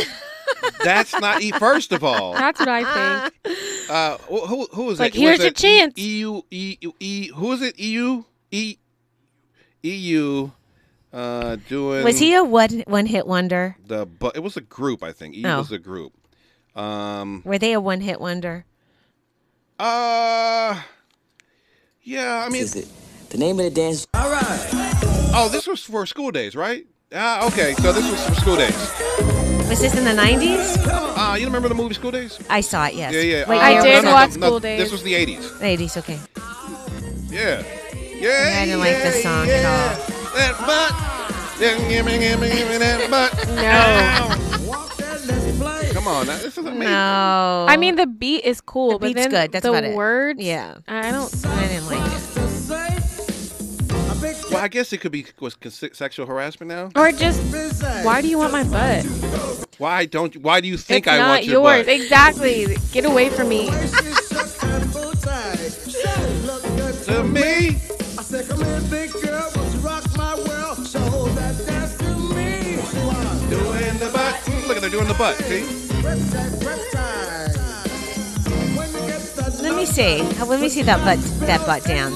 [SPEAKER 3] That's not e. First of all, uh,
[SPEAKER 5] That's what I think.
[SPEAKER 3] wh- who who is
[SPEAKER 5] Like,
[SPEAKER 3] it?
[SPEAKER 5] here's
[SPEAKER 3] Was
[SPEAKER 5] your
[SPEAKER 3] it
[SPEAKER 5] chance.
[SPEAKER 3] EU E E. Who is it? EU E EU. Uh, doing
[SPEAKER 4] Was he a one one hit wonder?
[SPEAKER 3] the but it was a group I think. EU
[SPEAKER 4] Oh.
[SPEAKER 3] was a group. Um.
[SPEAKER 4] Were they a one hit wonder?
[SPEAKER 3] Uh. Yeah. I mean,
[SPEAKER 10] The name of the dance.
[SPEAKER 3] oh, this was for school days, right? Ah, okay. So this was for school days.
[SPEAKER 4] Was this in the nineties?
[SPEAKER 3] Uh, you remember the movie School Days?
[SPEAKER 4] I saw it. Yes.
[SPEAKER 3] Yeah, yeah.
[SPEAKER 4] Wait,
[SPEAKER 3] uh,
[SPEAKER 5] I
[SPEAKER 4] year
[SPEAKER 5] did
[SPEAKER 4] was it?
[SPEAKER 5] watch School
[SPEAKER 3] This
[SPEAKER 5] Days.
[SPEAKER 3] was the '80s.
[SPEAKER 4] Ladies, okay.
[SPEAKER 3] Yeah. Yeah.
[SPEAKER 4] I didn't like this song at
[SPEAKER 3] all. That butt. Yeah, gimme, gimme, gimme that butt.
[SPEAKER 5] No.
[SPEAKER 3] Come on, now, this is amazing.
[SPEAKER 4] No.
[SPEAKER 5] I mean, the beat is cool,
[SPEAKER 4] The
[SPEAKER 5] but
[SPEAKER 4] beat's
[SPEAKER 5] then
[SPEAKER 4] good. That's
[SPEAKER 5] the
[SPEAKER 4] about it.
[SPEAKER 5] words.
[SPEAKER 4] Yeah.
[SPEAKER 5] I don't.
[SPEAKER 4] I didn't like it.
[SPEAKER 3] Well, I guess it could be was consi- sexual harassment now.
[SPEAKER 5] Or just, why do you want my butt?
[SPEAKER 3] Why don't? you- Why do you think
[SPEAKER 5] it's
[SPEAKER 3] I
[SPEAKER 5] not
[SPEAKER 3] want your
[SPEAKER 5] yours.
[SPEAKER 3] butt?
[SPEAKER 5] Exactly. Get away from me.
[SPEAKER 3] To me.
[SPEAKER 11] I said, come in, big girl, let's rock my world. Show that that's to me.
[SPEAKER 3] Doing the butt. Mm, Look at they're doing the butt. See?
[SPEAKER 4] Let me see. Uh, Let me see that butt. That butt dance.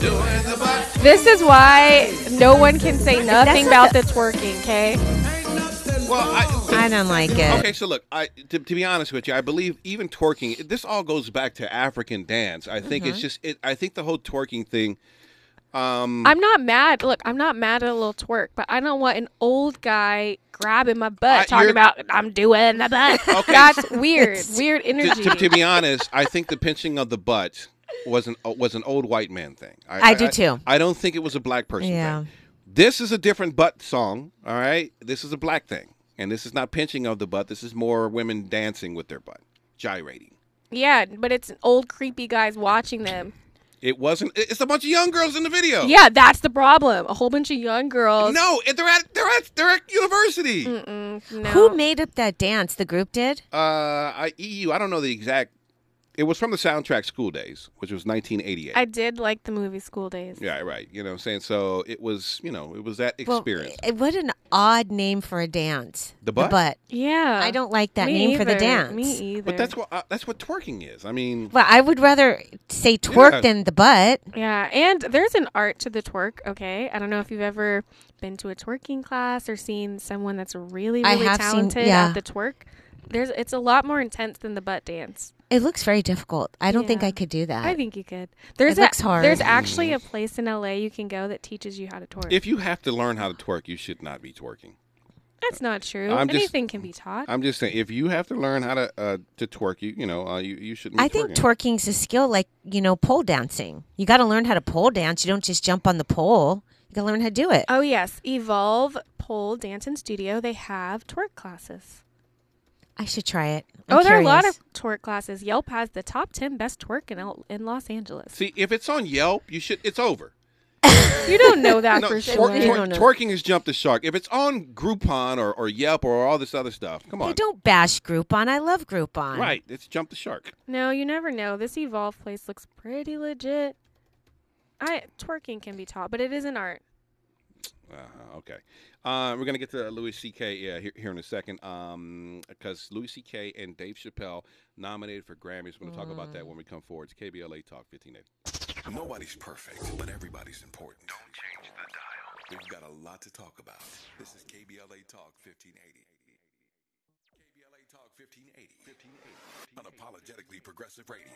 [SPEAKER 3] Doing the butt.
[SPEAKER 5] This is why no one can say nothing
[SPEAKER 4] not
[SPEAKER 5] about the twerking, okay?
[SPEAKER 3] Well, I,
[SPEAKER 4] I don't like it.
[SPEAKER 3] Okay, so look, I to, to be honest with you, I believe even twerking. This all goes back to African dance. I think
[SPEAKER 4] Mm-hmm.
[SPEAKER 3] it's just. It, I think the whole twerking thing. Mm.
[SPEAKER 5] I'm not mad. Look, I'm not mad at a little twerk, but I don't want an old guy grabbing my butt
[SPEAKER 3] I-
[SPEAKER 5] talking
[SPEAKER 3] you're-
[SPEAKER 5] about I'm doing the butt.
[SPEAKER 3] Okay.
[SPEAKER 5] That's weird. Weird
[SPEAKER 3] To,
[SPEAKER 5] energy.
[SPEAKER 3] to- to be honest, I think the pinching of the butt was an uh, was an old white man thing.
[SPEAKER 4] I do too.
[SPEAKER 3] I, don't think it was a black person
[SPEAKER 4] Yeah.
[SPEAKER 3] thing. This is a different butt song. All right, this is a black thing, and this is not pinching of the butt. This is more women dancing with their butt, gyrating.
[SPEAKER 5] yeah, but it's old creepy guys watching them.
[SPEAKER 3] It wasn't. it- It's a bunch of young girls in the video.
[SPEAKER 5] Yeah, that's the problem. A whole bunch of young girls.
[SPEAKER 3] Oh. No, it- they're at they're at they're at university.
[SPEAKER 5] no.
[SPEAKER 4] Who made up that dance? The group did.
[SPEAKER 3] Uh, I EU. I don't know the exact. It was from the soundtrack School Days, which was 1988.
[SPEAKER 5] I did like the movie School Days.
[SPEAKER 3] yeah, right. You know what I'm saying? So it was, you know, it was that
[SPEAKER 4] Well,
[SPEAKER 3] experience.
[SPEAKER 4] eh, what an odd name for a dance.
[SPEAKER 3] The butt?
[SPEAKER 5] Yeah.
[SPEAKER 4] I don't like that
[SPEAKER 5] Me
[SPEAKER 4] name for the
[SPEAKER 5] either.
[SPEAKER 4] dance.
[SPEAKER 5] Me either.
[SPEAKER 3] but that's what uh, that's what twerking is. I mean,
[SPEAKER 4] Well, I would rather say twerk
[SPEAKER 3] Yeah.
[SPEAKER 4] than the butt.
[SPEAKER 5] Yeah, and there's an art to the twerk, okay? I don't know if you've ever been to a twerking class or seen someone that's really, really
[SPEAKER 4] I have seen-
[SPEAKER 5] talented
[SPEAKER 4] yeah.
[SPEAKER 5] at the twerk. There's it's a lot more intense than the butt dance.
[SPEAKER 4] It looks very difficult. I don't think
[SPEAKER 5] Yeah.
[SPEAKER 4] I could do that.
[SPEAKER 5] I think you could. There's a-
[SPEAKER 4] looks hard.
[SPEAKER 5] There's actually a place in LA you can go that teaches you how to twerk.
[SPEAKER 3] if you have to learn how to twerk, you should not be twerking.
[SPEAKER 5] that's not true.
[SPEAKER 3] I'm just-
[SPEAKER 5] Anything can be taught.
[SPEAKER 3] I'm just saying, if you have to learn how to uh, to twerk, you you know, uh, you you shouldn't. Be
[SPEAKER 4] I think
[SPEAKER 3] twerking.
[SPEAKER 4] twerking's a skill like, you know, pole dancing. You got to learn how to pole dance. You don't just jump on the pole. You got to learn how to do it.
[SPEAKER 5] oh yes, Evolve Pole Dance and Studio, they have twerk classes.
[SPEAKER 4] I should try it. I'm
[SPEAKER 5] oh, there are a lot of
[SPEAKER 4] curious.
[SPEAKER 5] twerk classes. Yelp has the top 10 best twerk in, L- in Los Angeles.
[SPEAKER 3] See, if it's on Yelp, you should. It's over.
[SPEAKER 5] You don't know that
[SPEAKER 3] no,
[SPEAKER 5] for
[SPEAKER 3] twer-
[SPEAKER 5] sure.
[SPEAKER 3] twer- twerking has jumped the shark. If it's on Groupon or, or Yelp or all this other stuff, come
[SPEAKER 4] Hey,
[SPEAKER 3] on.
[SPEAKER 4] don't bash Groupon. I love Groupon.
[SPEAKER 3] Right, it's jumped the shark.
[SPEAKER 5] No, you never know. This evolve place looks pretty legit. I twerking can be taught, but it is an art.
[SPEAKER 3] Uh-huh, okay. Uh, we're going to get to Louis C.K. Yeah, here, here in a second because Louis C.K. and Dave Chappelle nominated for Grammys. We're going to talk about that when we come forward. It's KBLA Talk 1580.
[SPEAKER 1] Nobody's perfect, but everybody's important. Don't change the dial. We've got a lot to talk about. This is KBLA Talk 1580. KBLA Talk 1580. 1580. Unapologetically progressive radio.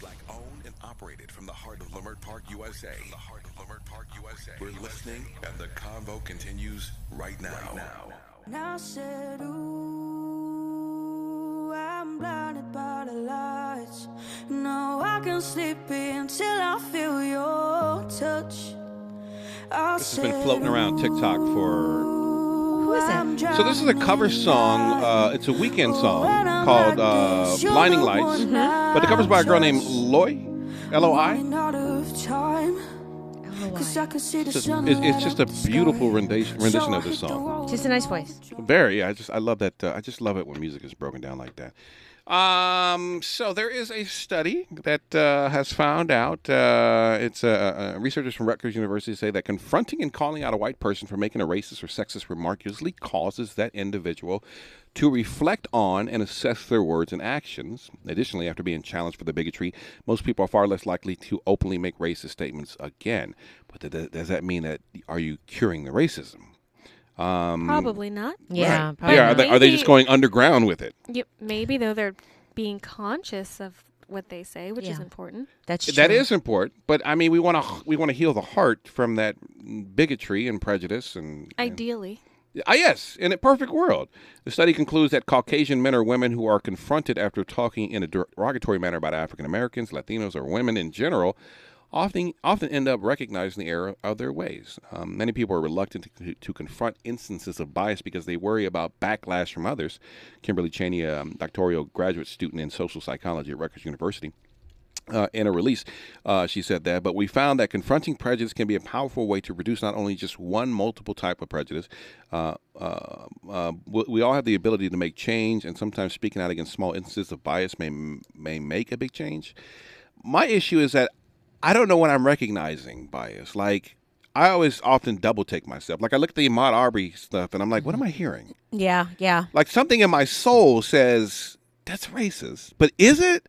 [SPEAKER 1] Black owned and operated from the heart of Lamert Park, USA. The heart of Lamert Park, USA. We're listening, and the convo continues right now.
[SPEAKER 11] And I said, Ooh, I'm blinded by the lights. No, I can sleep until I feel your touch. I
[SPEAKER 3] This has been floating around TikTok for.
[SPEAKER 4] Who is it?
[SPEAKER 3] So, this is a cover song. Uh, it's a weekend song called uh, Blinding Lights, but the cover's by a girl named Loy. L O I.
[SPEAKER 11] out of time. Cause I can see the
[SPEAKER 3] It's, just- it's- it's just a beautiful rendition, rendition of this song.
[SPEAKER 4] Just a nice voice.
[SPEAKER 3] Very. I just I love that. Uh, I just love it when music is broken down like that. Um, so there is a study that uh, has found out. Uh, it's uh, uh, researchers from Rutgers University say that confronting and calling out a white person for making a racist or sexist remark usually causes that individual to reflect on and assess their words and actions. Additionally, after being challenged for the bigotry, most people are far less likely to openly make racist statements again. But th- th- does that mean that are you curing the racism?
[SPEAKER 5] Probably not.
[SPEAKER 4] Yeah.
[SPEAKER 3] Right.
[SPEAKER 4] Probably.
[SPEAKER 3] Um, yeah. Are
[SPEAKER 4] not.
[SPEAKER 3] they, are they
[SPEAKER 5] Maybe-
[SPEAKER 3] just going underground with it?
[SPEAKER 5] Yep. Maybe though they're being conscious of what they say, which is
[SPEAKER 4] Yeah.
[SPEAKER 5] important.
[SPEAKER 4] That's true.
[SPEAKER 3] That is important, but I mean, we want to we want to heal the heart from that bigotry and prejudice and.
[SPEAKER 5] Ideally.
[SPEAKER 3] Ah, yes, in a perfect world. The study concludes that Caucasian men or women who are confronted after talking in a derogatory manner about African Americans, Latinos, or women in general often often end up recognizing the error of their ways. Um, many people are reluctant to, to confront instances of bias because they worry about backlash from um, others. Kimberly Cheney, a doctoral graduate student in social psychology at Rutgers University, uh, in a release. Uh, she said that, but we found that confronting prejudice can be a powerful way to reduce not only just one multiple type of prejudice. Uh, uh, uh, we, we all have the ability to make change, and sometimes speaking out against small instances of bias may may make a big change. My issue is that I don't know when I'm recognizing bias. Like I always often double take myself. Like I look at the Ahmad Arbery stuff, and I'm like, what am I hearing?
[SPEAKER 4] Yeah, yeah.
[SPEAKER 3] Like something in my soul says that's racist, but is it?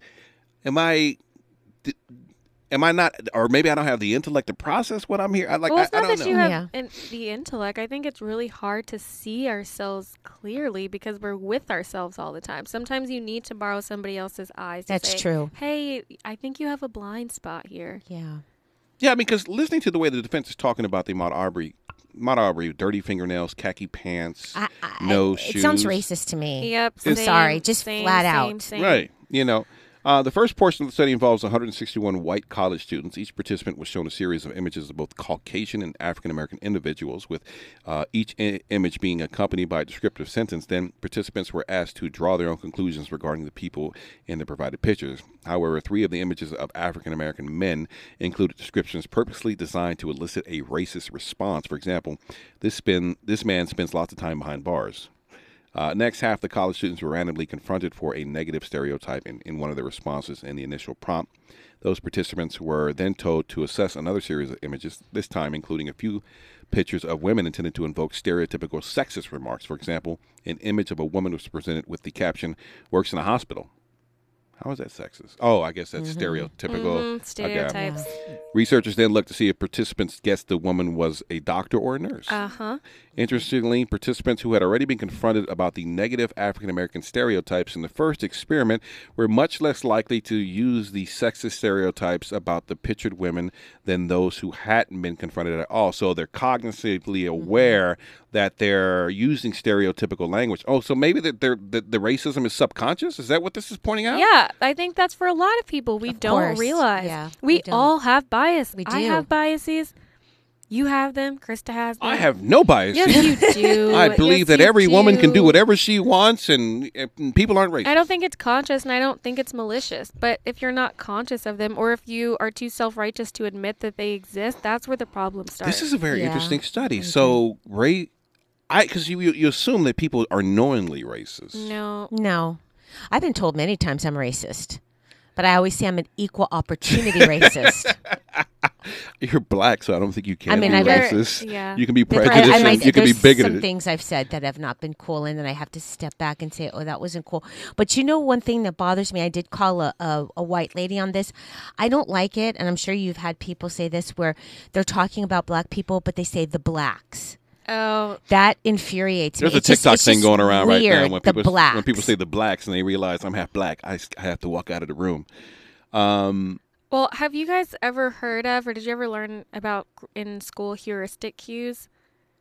[SPEAKER 3] Am I? d- Am I not? Or maybe I don't have the intellect to process what I'm hearing. I like.
[SPEAKER 5] well, it's
[SPEAKER 3] I, I
[SPEAKER 5] not
[SPEAKER 3] don't
[SPEAKER 5] that
[SPEAKER 3] know.
[SPEAKER 5] you have an, the intellect. I think it's really hard to see ourselves clearly because we're with ourselves all the time. Sometimes you need to borrow somebody else's eyes. to
[SPEAKER 4] That's
[SPEAKER 5] say,
[SPEAKER 4] true.
[SPEAKER 5] Hey, I think you have a blind spot here.
[SPEAKER 4] Yeah.
[SPEAKER 3] Yeah, I mean, because listening to the way the defense is talking about the Mont Aubrey, Mont Aubrey, dirty fingernails, khaki pants, no shoes.
[SPEAKER 4] It sounds racist to me.
[SPEAKER 5] Yep.
[SPEAKER 4] I'm
[SPEAKER 5] same,
[SPEAKER 4] sorry. Just
[SPEAKER 5] same,
[SPEAKER 4] flat
[SPEAKER 5] same,
[SPEAKER 4] out.
[SPEAKER 5] same.
[SPEAKER 3] Right. You know, uh, the first portion of the study involves 161 white college students. Each participant was shown a series of images of both Caucasian and African American individuals, with uh, each I- image being accompanied by a descriptive sentence. Then participants were asked to draw their own conclusions regarding the people in the provided pictures. However, three of the images of African American men included descriptions purposely designed to elicit a racist response. For example, this, spin, this man spends lots of time behind bars. Uh, next half, the college students were randomly confronted for a negative stereotype in, in one of their responses in the initial prompt. Those participants were then told to assess another series of images, this time including a few pictures of women intended to invoke stereotypical sexist remarks. For example, an image of a woman was presented with the caption, Works in a hospital. How is that sexist? Oh, I guess that's stereotypical.
[SPEAKER 5] Mhm,
[SPEAKER 3] Okay.
[SPEAKER 5] stereotypes.
[SPEAKER 3] Researchers then looked to see if participants guessed the woman was a doctor or a nurse.
[SPEAKER 5] Uh huh.
[SPEAKER 3] Interestingly, participants who had already been confronted about the negative African American stereotypes in the first experiment were much less likely to use the sexist stereotypes about the pictured women than those who hadn't been confronted at all. So they're
[SPEAKER 5] Mm-hmm.
[SPEAKER 3] cognitively aware that they're using stereotypical language. Oh, so maybe that they're, that the racism is subconscious? Is that what this is pointing out?
[SPEAKER 5] Yeah, I think that's for a lot of people. We don't
[SPEAKER 4] course,
[SPEAKER 5] realize.
[SPEAKER 4] yeah,
[SPEAKER 5] we
[SPEAKER 4] we don't.
[SPEAKER 5] all have bias.
[SPEAKER 4] We
[SPEAKER 5] I
[SPEAKER 4] do.
[SPEAKER 5] have biases. You have them. Krista has them.
[SPEAKER 3] I have no bias.
[SPEAKER 5] Yes, you do.
[SPEAKER 3] I
[SPEAKER 5] Yes,
[SPEAKER 3] believe that
[SPEAKER 5] you
[SPEAKER 3] every woman can do
[SPEAKER 5] do.
[SPEAKER 3] whatever she wants, and, and people aren't racist.
[SPEAKER 5] I don't think it's conscious and I don't think it's malicious. But if you're not conscious of them or if you are too self righteous to admit that they exist, that's where the problem starts.
[SPEAKER 3] This is a very interesting study.
[SPEAKER 4] Mm-hmm.
[SPEAKER 3] So, ra- I because you, you you assume that people are knowingly racist.
[SPEAKER 5] No.
[SPEAKER 4] No. I've been told many times I'm racist, but I always say I'm an equal opportunity racist.
[SPEAKER 3] You're black, so I don't think you can
[SPEAKER 4] I mean,
[SPEAKER 3] be
[SPEAKER 4] I've-
[SPEAKER 3] racist.
[SPEAKER 5] yeah.
[SPEAKER 3] You can be
[SPEAKER 4] There- I- I
[SPEAKER 3] prejudiced. and
[SPEAKER 4] might-
[SPEAKER 3] you can be
[SPEAKER 4] there's
[SPEAKER 3] bigoted.
[SPEAKER 4] Some things I've said that have not been cool, and then I have to step back and say, "Oh, that wasn't cool." But you know, one thing that bothers me, I did call a, a, a white lady on this. I don't like it, and I'm sure you've had people say this where they're talking about black people, but they say the blacks.
[SPEAKER 5] Oh,
[SPEAKER 4] That infuriates
[SPEAKER 3] There's a
[SPEAKER 4] me. It's just-
[SPEAKER 3] TikTok
[SPEAKER 4] it's
[SPEAKER 3] thing
[SPEAKER 4] just
[SPEAKER 3] going around right
[SPEAKER 4] weird,
[SPEAKER 3] now when
[SPEAKER 4] the
[SPEAKER 3] people
[SPEAKER 4] blacks.
[SPEAKER 3] when people say the blacks and they realize I'm half black, I, s- I have to walk out of the room. Um,
[SPEAKER 5] well, have you guys ever heard of or did you ever learn about gr- in school heuristic cues?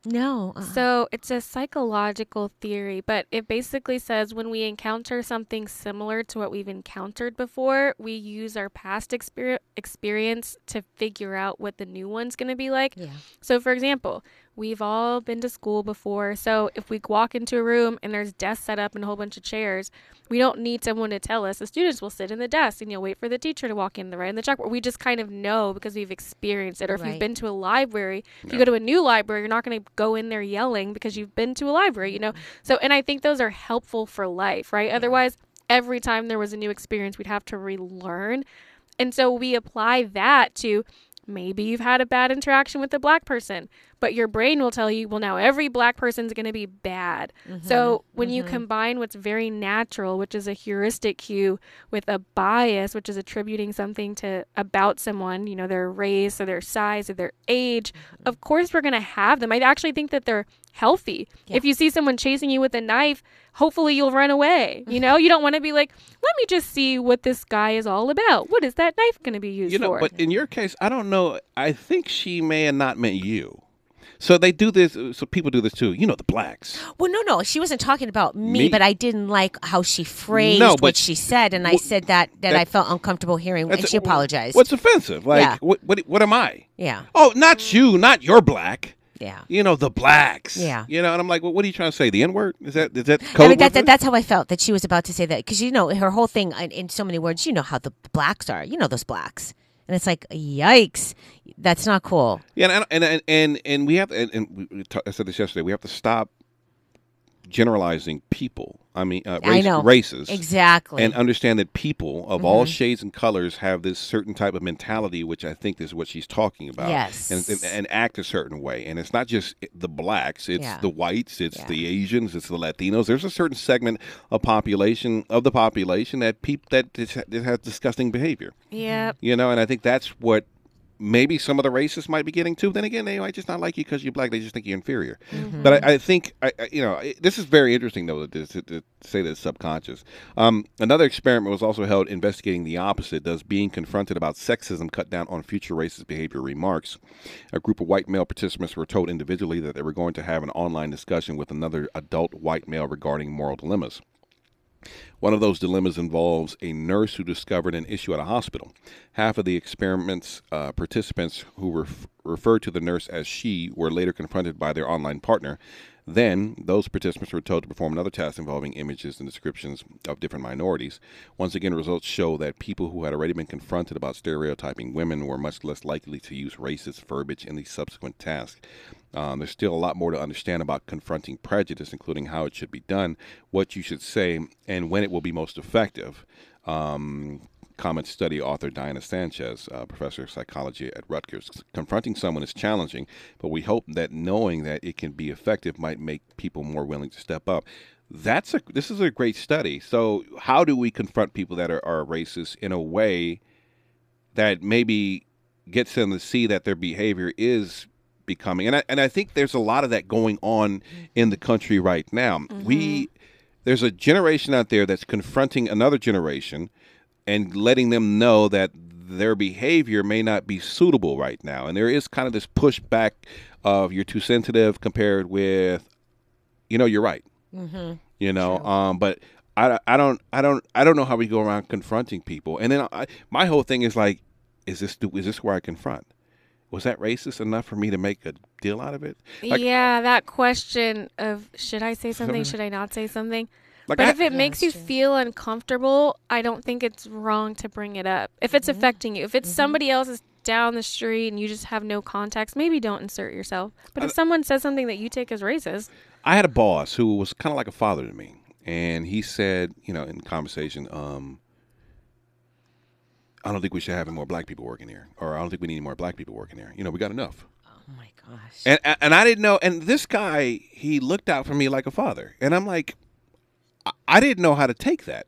[SPEAKER 4] no, uh,
[SPEAKER 5] So it's a psychological theory, but it basically says when we encounter something similar to what we've encountered before, we use our past exper- experience to figure out what the new one's going to be like.
[SPEAKER 4] Yeah.
[SPEAKER 5] So, for example, we've all been to school before. So if we walk into a room and there's desks set up and a whole bunch of chairs, we don't need someone to tell us. The students will sit in the desk and you'll wait for the teacher to walk in the right in the chalkboard. We just kind of know because we've experienced it. Or if
[SPEAKER 4] Right.
[SPEAKER 5] you've been to a library, if you go to a new library, you're not going to go in there yelling because you've been to a library, you know? So, and I think those are helpful for life, right? Otherwise, every time there was a new experience, we'd have to relearn. And so we apply that to maybe you've had a bad interaction with a black person, but your brain will tell you, well, now every black person's going to be bad. So when
[SPEAKER 3] Mm-hmm.
[SPEAKER 5] you combine what's very natural, which is a heuristic cue, with a bias, which is attributing something to about someone, you know, their race or their size or their age,
[SPEAKER 3] Mm-hmm.
[SPEAKER 5] of course we're going to have them. I actually think that they're healthy. If you see someone chasing you with a knife, hopefully you'll run away. You know, you don't want to be like, let me just see what this guy is all about. What is that knife going to be used
[SPEAKER 3] you know,
[SPEAKER 5] for?
[SPEAKER 3] but in your case, I don't know. I think she may have not meant you. So they do this. So people do this too. You know, the blacks.
[SPEAKER 4] well, no, no. She wasn't talking about me,
[SPEAKER 3] Me.
[SPEAKER 4] but I didn't like how she phrased
[SPEAKER 3] No, but-
[SPEAKER 4] what she said, and I
[SPEAKER 3] Wh-
[SPEAKER 4] said that that,
[SPEAKER 3] that-
[SPEAKER 4] I felt uncomfortable hearing, Oh, and
[SPEAKER 3] That's-
[SPEAKER 4] she apologized.
[SPEAKER 3] What's offensive? Like,
[SPEAKER 4] Yeah. Mm.
[SPEAKER 3] what, what? What am I?
[SPEAKER 4] yeah,
[SPEAKER 3] Oh, not you, not your black.
[SPEAKER 4] Yeah.
[SPEAKER 3] You know the blacks.
[SPEAKER 4] Yeah.
[SPEAKER 3] You know, and I'm like, well, what are you trying to say? The N word? Is that is that code?
[SPEAKER 4] I mean, that's,
[SPEAKER 3] word?
[SPEAKER 4] that's how I felt that she was about to say that because you know her whole thing in, in so many words. You know how the blacks are. You know those blacks, and it's like, yikes, that's not cool.
[SPEAKER 3] Yeah, and I don't- and and and, and we have and, and we- we ta- I said this yesterday. We have to stop generalizing people. I mean, uh,
[SPEAKER 4] I
[SPEAKER 3] race,
[SPEAKER 4] know.
[SPEAKER 3] races
[SPEAKER 4] Exactly.
[SPEAKER 3] and understand that people of all
[SPEAKER 4] Mhm.
[SPEAKER 3] shades and colors have this certain type of mentality, which I think is what she's talking about.
[SPEAKER 4] Yes.
[SPEAKER 3] and, and, and act a certain way. And it's not just the blacks; it's
[SPEAKER 4] Yeah.
[SPEAKER 3] the whites, it's the Asians, it's the Latinos. There's a certain segment of population of the population that peop that, dis- that has disgusting behavior.
[SPEAKER 5] Yep.
[SPEAKER 3] You know, and I think that's what maybe some of the racists might be getting to. Then again, they might just not like you because you're black. They just think you're inferior. But I, I think, I, I, you know, it, this is very interesting, though, to, to, to say that it's subconscious. Um, another experiment was also held investigating the opposite. Does being confronted about sexism cut down on future racist behavior remarks? A group of white male participants were told individually that they were going to have an online discussion with another adult white male regarding moral dilemmas. One of those dilemmas involves a nurse who discovered an issue at a hospital. Half of the experiment's uh, participants who were f- referred to the nurse as she were later confronted by their online partner. Then, those participants were told to perform another task involving images and descriptions of different minorities. Once again, results show that people who had already been confronted about stereotyping women were much less likely to use racist verbiage in the subsequent task. Um, there's still a lot more to understand about confronting prejudice, including how it should be done, what you should say, and when it will be most effective. Um, comment study author Diana Sanchez, uh, professor of psychology at Rutgers. Confronting someone is challenging, but we hope that knowing that it can be effective might make people more willing to step up. That's a this is a great study. So how do we confront people that are, are racist in a way that maybe gets them to see that their behavior is becoming and I, and I think there's a lot of that going on in the country right now. We there's a generation out there that's confronting another generation and letting them know that their behavior may not be suitable right now. And there is kind of this pushback of you're too sensitive compared with you know you're right
[SPEAKER 4] Mm-hmm.
[SPEAKER 3] you know um but I, I don't i don't i don't know how we go around confronting people and then I, my whole thing is like is this is this where i confront was that racist enough for me to make a deal out of it like
[SPEAKER 5] yeah, that question of should I say something,
[SPEAKER 3] Something-
[SPEAKER 5] should I not say something?
[SPEAKER 3] Like,
[SPEAKER 5] but
[SPEAKER 3] I-
[SPEAKER 5] if it makes you feel uncomfortable, I don't think it's wrong to bring it up. If it's affecting you, if it's somebody else is down the street and you just have no context, maybe don't insert yourself. But if someone says something that you take as racist,
[SPEAKER 3] i had a boss who was kind of like a father to me and he said you know in conversation um i don't think we should have more black people working here or i don't think we need any more black people working here you know we got enough
[SPEAKER 4] Oh my gosh.
[SPEAKER 3] And and- and I didn't know. And this guy, he looked out for me like a father. And I'm like, I- I didn't know how to take that.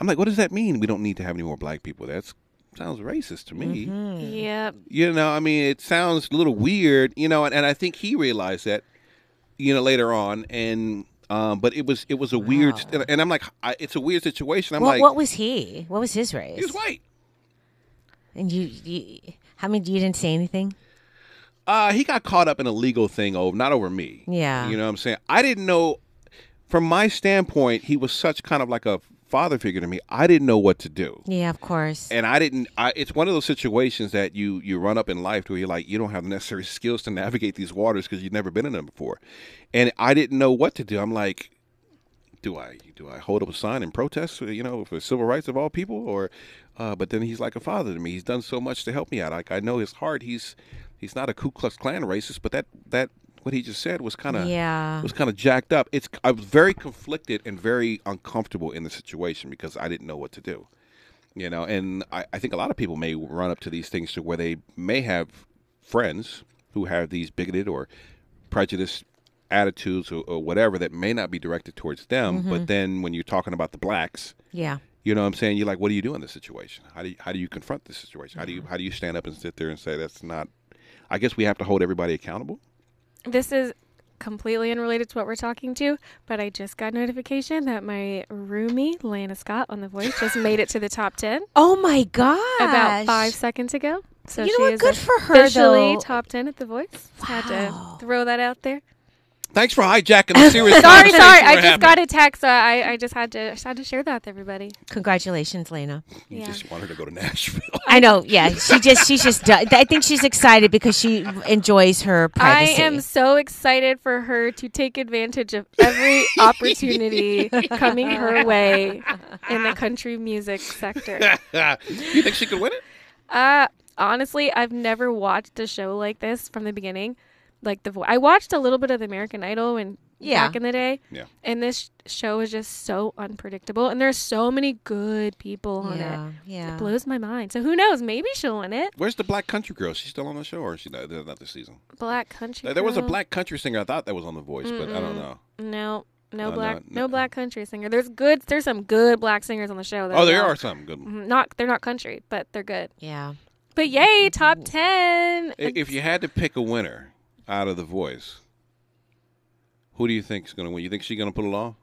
[SPEAKER 3] I'm like, what does that mean? We don't need to have any more black people. That sounds racist to me.
[SPEAKER 5] yep.
[SPEAKER 3] You know, I mean, it sounds a little weird. You know, and, and I think he realized that. You know, later on, and um, but it was it was a weird. st- And I'm like, I, it's a weird situation. I'm
[SPEAKER 4] what,
[SPEAKER 3] like,
[SPEAKER 4] Ah. what was he? What was his race?
[SPEAKER 3] he's white.
[SPEAKER 4] And you, you, how many? You didn't say anything.
[SPEAKER 3] Uh, he got caught up in a legal thing over not over me.
[SPEAKER 4] Yeah.
[SPEAKER 3] You know what I'm saying? I didn't know from my standpoint, he was such kind of like a father figure to me. I didn't know what to do.
[SPEAKER 4] Yeah, of course.
[SPEAKER 3] And I didn't I it's one of those situations that you you run up in life where you're like you don't have the necessary skills to navigate these waters because you've never been in them before. And I didn't know what to do. I'm like do I do I hold up a sign and protest, you know, for civil rights of all people, or? Uh, but then he's like a father to me. He's done so much to help me out. Like I know his heart. He's he's not a Ku Klux Klan racist, but that that what he just said was kind of
[SPEAKER 4] Yeah.
[SPEAKER 3] was kind of jacked up. It's I was very conflicted and very uncomfortable in the situation because I didn't know what to do, you know. And I, I think a lot of people may run up to these things to where they may have friends who have these bigoted or prejudiced attitudes or, or whatever that may not be directed towards them.
[SPEAKER 5] Mm-hmm.
[SPEAKER 3] But then when you're talking about the blacks,
[SPEAKER 4] Yeah.
[SPEAKER 3] you know what I'm saying? You're like, what do you do in this situation? How do you, how do you confront this situation? How do you how do you stand up and sit there and say that's not? I guess we have to hold everybody accountable.
[SPEAKER 5] This is completely unrelated to what we're talking to, but I just got notification that my roomie, Lana Scott on The Voice, just made it to the top 10
[SPEAKER 4] Oh my gosh.
[SPEAKER 5] about five seconds ago. So
[SPEAKER 4] You know
[SPEAKER 5] she
[SPEAKER 4] what?
[SPEAKER 5] is
[SPEAKER 4] Good for her,
[SPEAKER 5] officially
[SPEAKER 4] though.
[SPEAKER 5] top 10 at The Voice. Just Had to throw that out there.
[SPEAKER 3] Thanks for hijacking the serious.
[SPEAKER 5] sorry,
[SPEAKER 3] conversation
[SPEAKER 5] sorry.
[SPEAKER 3] we're
[SPEAKER 5] I just
[SPEAKER 3] having.
[SPEAKER 5] got a text. So I, I just had to I just had to share that with everybody.
[SPEAKER 4] Congratulations, Lena.
[SPEAKER 3] You just want her to go to Nashville.
[SPEAKER 4] I know. Yeah, she just she's just. done- I think she's excited because she enjoys her privacy.
[SPEAKER 5] I am so excited for her to take advantage of every opportunity coming her way in the country music sector.
[SPEAKER 3] you think she could win it?
[SPEAKER 5] Uh, honestly, I've never watched a show like this from the beginning. Like the vo- I watched a little bit of American Idol when
[SPEAKER 4] Yeah.
[SPEAKER 5] back in the day.
[SPEAKER 3] Yeah.
[SPEAKER 5] And this sh- show is just so unpredictable, and there's so many good people on
[SPEAKER 4] Yeah,
[SPEAKER 5] it.
[SPEAKER 4] yeah.
[SPEAKER 5] It blows my mind. So who knows? Maybe she'll win it.
[SPEAKER 3] Where's the black country girl? She's still on the show, or is she not, not this season?
[SPEAKER 5] Black country.
[SPEAKER 3] There there was a
[SPEAKER 5] Girl.
[SPEAKER 3] black country singer I thought that was on The Voice, but I don't
[SPEAKER 5] Mm-mm.
[SPEAKER 3] know.
[SPEAKER 5] No,
[SPEAKER 3] No,
[SPEAKER 5] no
[SPEAKER 3] no,
[SPEAKER 5] black, no,
[SPEAKER 3] no.
[SPEAKER 5] black country singer. There's good. There's some good black singers on the show. that
[SPEAKER 3] Oh, there
[SPEAKER 5] well-
[SPEAKER 3] are some good.
[SPEAKER 5] Mhm, Not they're not country, but they're good.
[SPEAKER 4] Yeah.
[SPEAKER 5] But yay, top ten.
[SPEAKER 3] I- If you had to pick a winner out of The Voice, who do you think is going to win? You think she's going to pull it off?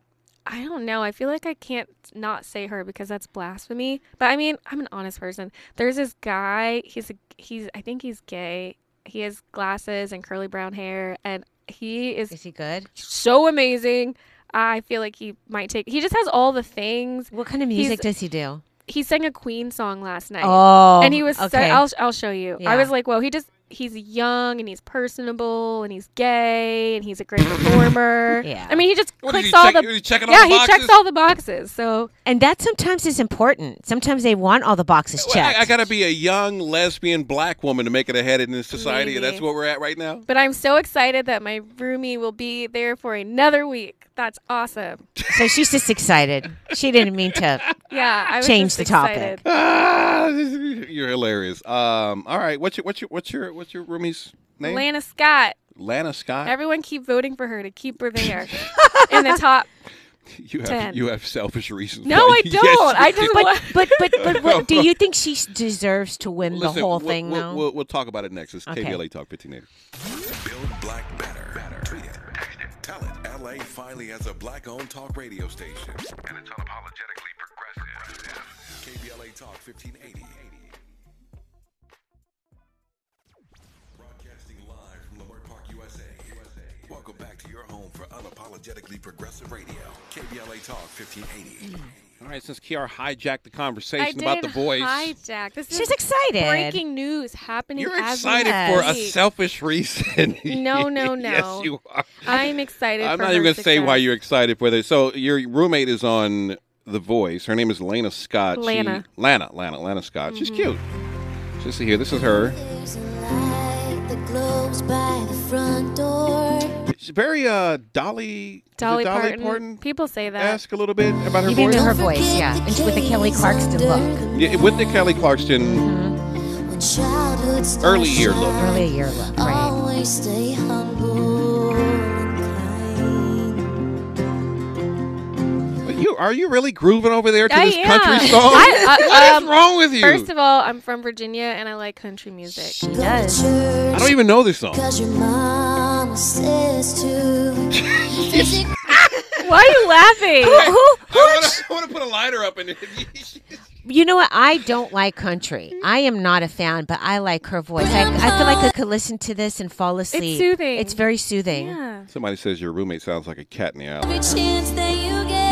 [SPEAKER 5] I don't know. I feel like I can't not say her because that's blasphemy. But I mean, I'm an honest person. There's this guy. He's a, he's. I think he's gay. He has glasses and curly brown hair, and he is.
[SPEAKER 4] Is he good?
[SPEAKER 5] So amazing. I feel like he might take. He just has all the things.
[SPEAKER 4] What kind of music does he do?
[SPEAKER 5] he sang a Queen song last night.
[SPEAKER 4] Oh,
[SPEAKER 5] and he was. So,
[SPEAKER 4] okay.
[SPEAKER 5] I'll I'll show you. I
[SPEAKER 4] Yeah.
[SPEAKER 5] was like, whoa. He just he's young and he's personable and he's gay and he's a great performer.
[SPEAKER 4] Yeah.
[SPEAKER 5] I mean, he just
[SPEAKER 4] What,
[SPEAKER 5] clicks
[SPEAKER 4] is he
[SPEAKER 5] all
[SPEAKER 4] check-
[SPEAKER 5] the.
[SPEAKER 4] is he checking all
[SPEAKER 5] yeah,
[SPEAKER 4] the
[SPEAKER 5] he checks
[SPEAKER 4] boxes?
[SPEAKER 5] all the boxes. So
[SPEAKER 4] And that sometimes is important. Sometimes they want all the boxes
[SPEAKER 3] Well,
[SPEAKER 4] checked.
[SPEAKER 3] I, I got to be a young lesbian black woman to make it ahead in this society.
[SPEAKER 5] Maybe.
[SPEAKER 3] That's where we're at right now.
[SPEAKER 5] But I'm so excited that my roomie will be there for another week. That's awesome.
[SPEAKER 4] so she's just excited. She didn't mean to.
[SPEAKER 5] Yeah, I was
[SPEAKER 4] Change
[SPEAKER 5] just
[SPEAKER 4] the topic.
[SPEAKER 5] excited.
[SPEAKER 3] Ah, you're hilarious. Um, all right, what's your what's your what's your what's your roomie's name?
[SPEAKER 5] Lana Scott.
[SPEAKER 3] Lana Scott.
[SPEAKER 5] Everyone keep voting for her to keep her there in the top.
[SPEAKER 3] you have
[SPEAKER 5] 10.
[SPEAKER 3] you have selfish reasons.
[SPEAKER 5] No,
[SPEAKER 3] why-
[SPEAKER 5] I
[SPEAKER 3] Yes,
[SPEAKER 5] don't. I
[SPEAKER 3] you
[SPEAKER 5] just
[SPEAKER 3] do.
[SPEAKER 5] want-
[SPEAKER 4] But but but what, do you think she s- deserves to win the
[SPEAKER 3] Listen,
[SPEAKER 4] whole
[SPEAKER 3] we'll,
[SPEAKER 4] thing
[SPEAKER 3] We'll,
[SPEAKER 4] though?
[SPEAKER 3] we'll, we'll talk about it next. It's
[SPEAKER 4] Okay.
[SPEAKER 3] KBLA Talk 1580.
[SPEAKER 1] Build black better. better. Tweet it. Text it. Tell it. LA finally has a black owned talk radio station. And it's unapologetically progressive. KBLA Talk 1580. Broadcasting live from Leimert Park, USA. Welcome back to your home for unapologetically progressive radio. KBLA Talk 1580.
[SPEAKER 3] All right, since Kiara hijacked the conversation about the voice,
[SPEAKER 5] Hijack. This
[SPEAKER 4] She's
[SPEAKER 5] is
[SPEAKER 4] excited.
[SPEAKER 5] Breaking news happening.
[SPEAKER 3] you're
[SPEAKER 5] as we
[SPEAKER 3] excited for a
[SPEAKER 5] speak.
[SPEAKER 3] selfish reason.
[SPEAKER 5] No, no, no.
[SPEAKER 3] yes, you are.
[SPEAKER 5] I'm excited.
[SPEAKER 3] I'm
[SPEAKER 5] for
[SPEAKER 3] not even
[SPEAKER 5] her
[SPEAKER 3] going to say why
[SPEAKER 5] success.
[SPEAKER 3] you're excited for this. So your roommate is on The Voice. Her name is Lana Scott. She-
[SPEAKER 5] Lana. Mm-hmm.
[SPEAKER 3] Lana. Lana. Lana Scott. She's cute. Just see here. This is her.
[SPEAKER 12] There's a light that glows by the front door.
[SPEAKER 3] She's very uh Dolly. is it
[SPEAKER 5] Dolly,
[SPEAKER 3] Dolly
[SPEAKER 5] Parton. People say that.
[SPEAKER 3] Ask a little bit about her
[SPEAKER 4] Even
[SPEAKER 3] voice.
[SPEAKER 4] to her voice, yeah, and with the Kelly Clarkson look.
[SPEAKER 3] Yeah, with the Kelly Clarkson
[SPEAKER 5] Mm-hmm.
[SPEAKER 3] early year look.
[SPEAKER 4] Early year look, right?
[SPEAKER 12] Always stay humble and kind.
[SPEAKER 3] But you are you really grooving over there to
[SPEAKER 5] I
[SPEAKER 3] this
[SPEAKER 5] am.
[SPEAKER 3] country song?
[SPEAKER 5] I- uh,
[SPEAKER 3] what is
[SPEAKER 5] um,
[SPEAKER 3] wrong with you?
[SPEAKER 5] First of all, I'm from Virginia and I like country music.
[SPEAKER 12] Go to church
[SPEAKER 3] I don't even know this song.
[SPEAKER 12] Cause your mama says to.
[SPEAKER 5] Why are you laughing?
[SPEAKER 4] Who,
[SPEAKER 3] I want to put a lighter up in it.
[SPEAKER 4] you know what? I don't like country. I am not a fan, but I like her voice. I, I feel like I could listen to this and fall asleep.
[SPEAKER 5] soothing.
[SPEAKER 4] It's very soothing.
[SPEAKER 5] yeah.
[SPEAKER 3] Somebody says your roommate sounds like a cat in the alley.
[SPEAKER 12] Every chance that you get.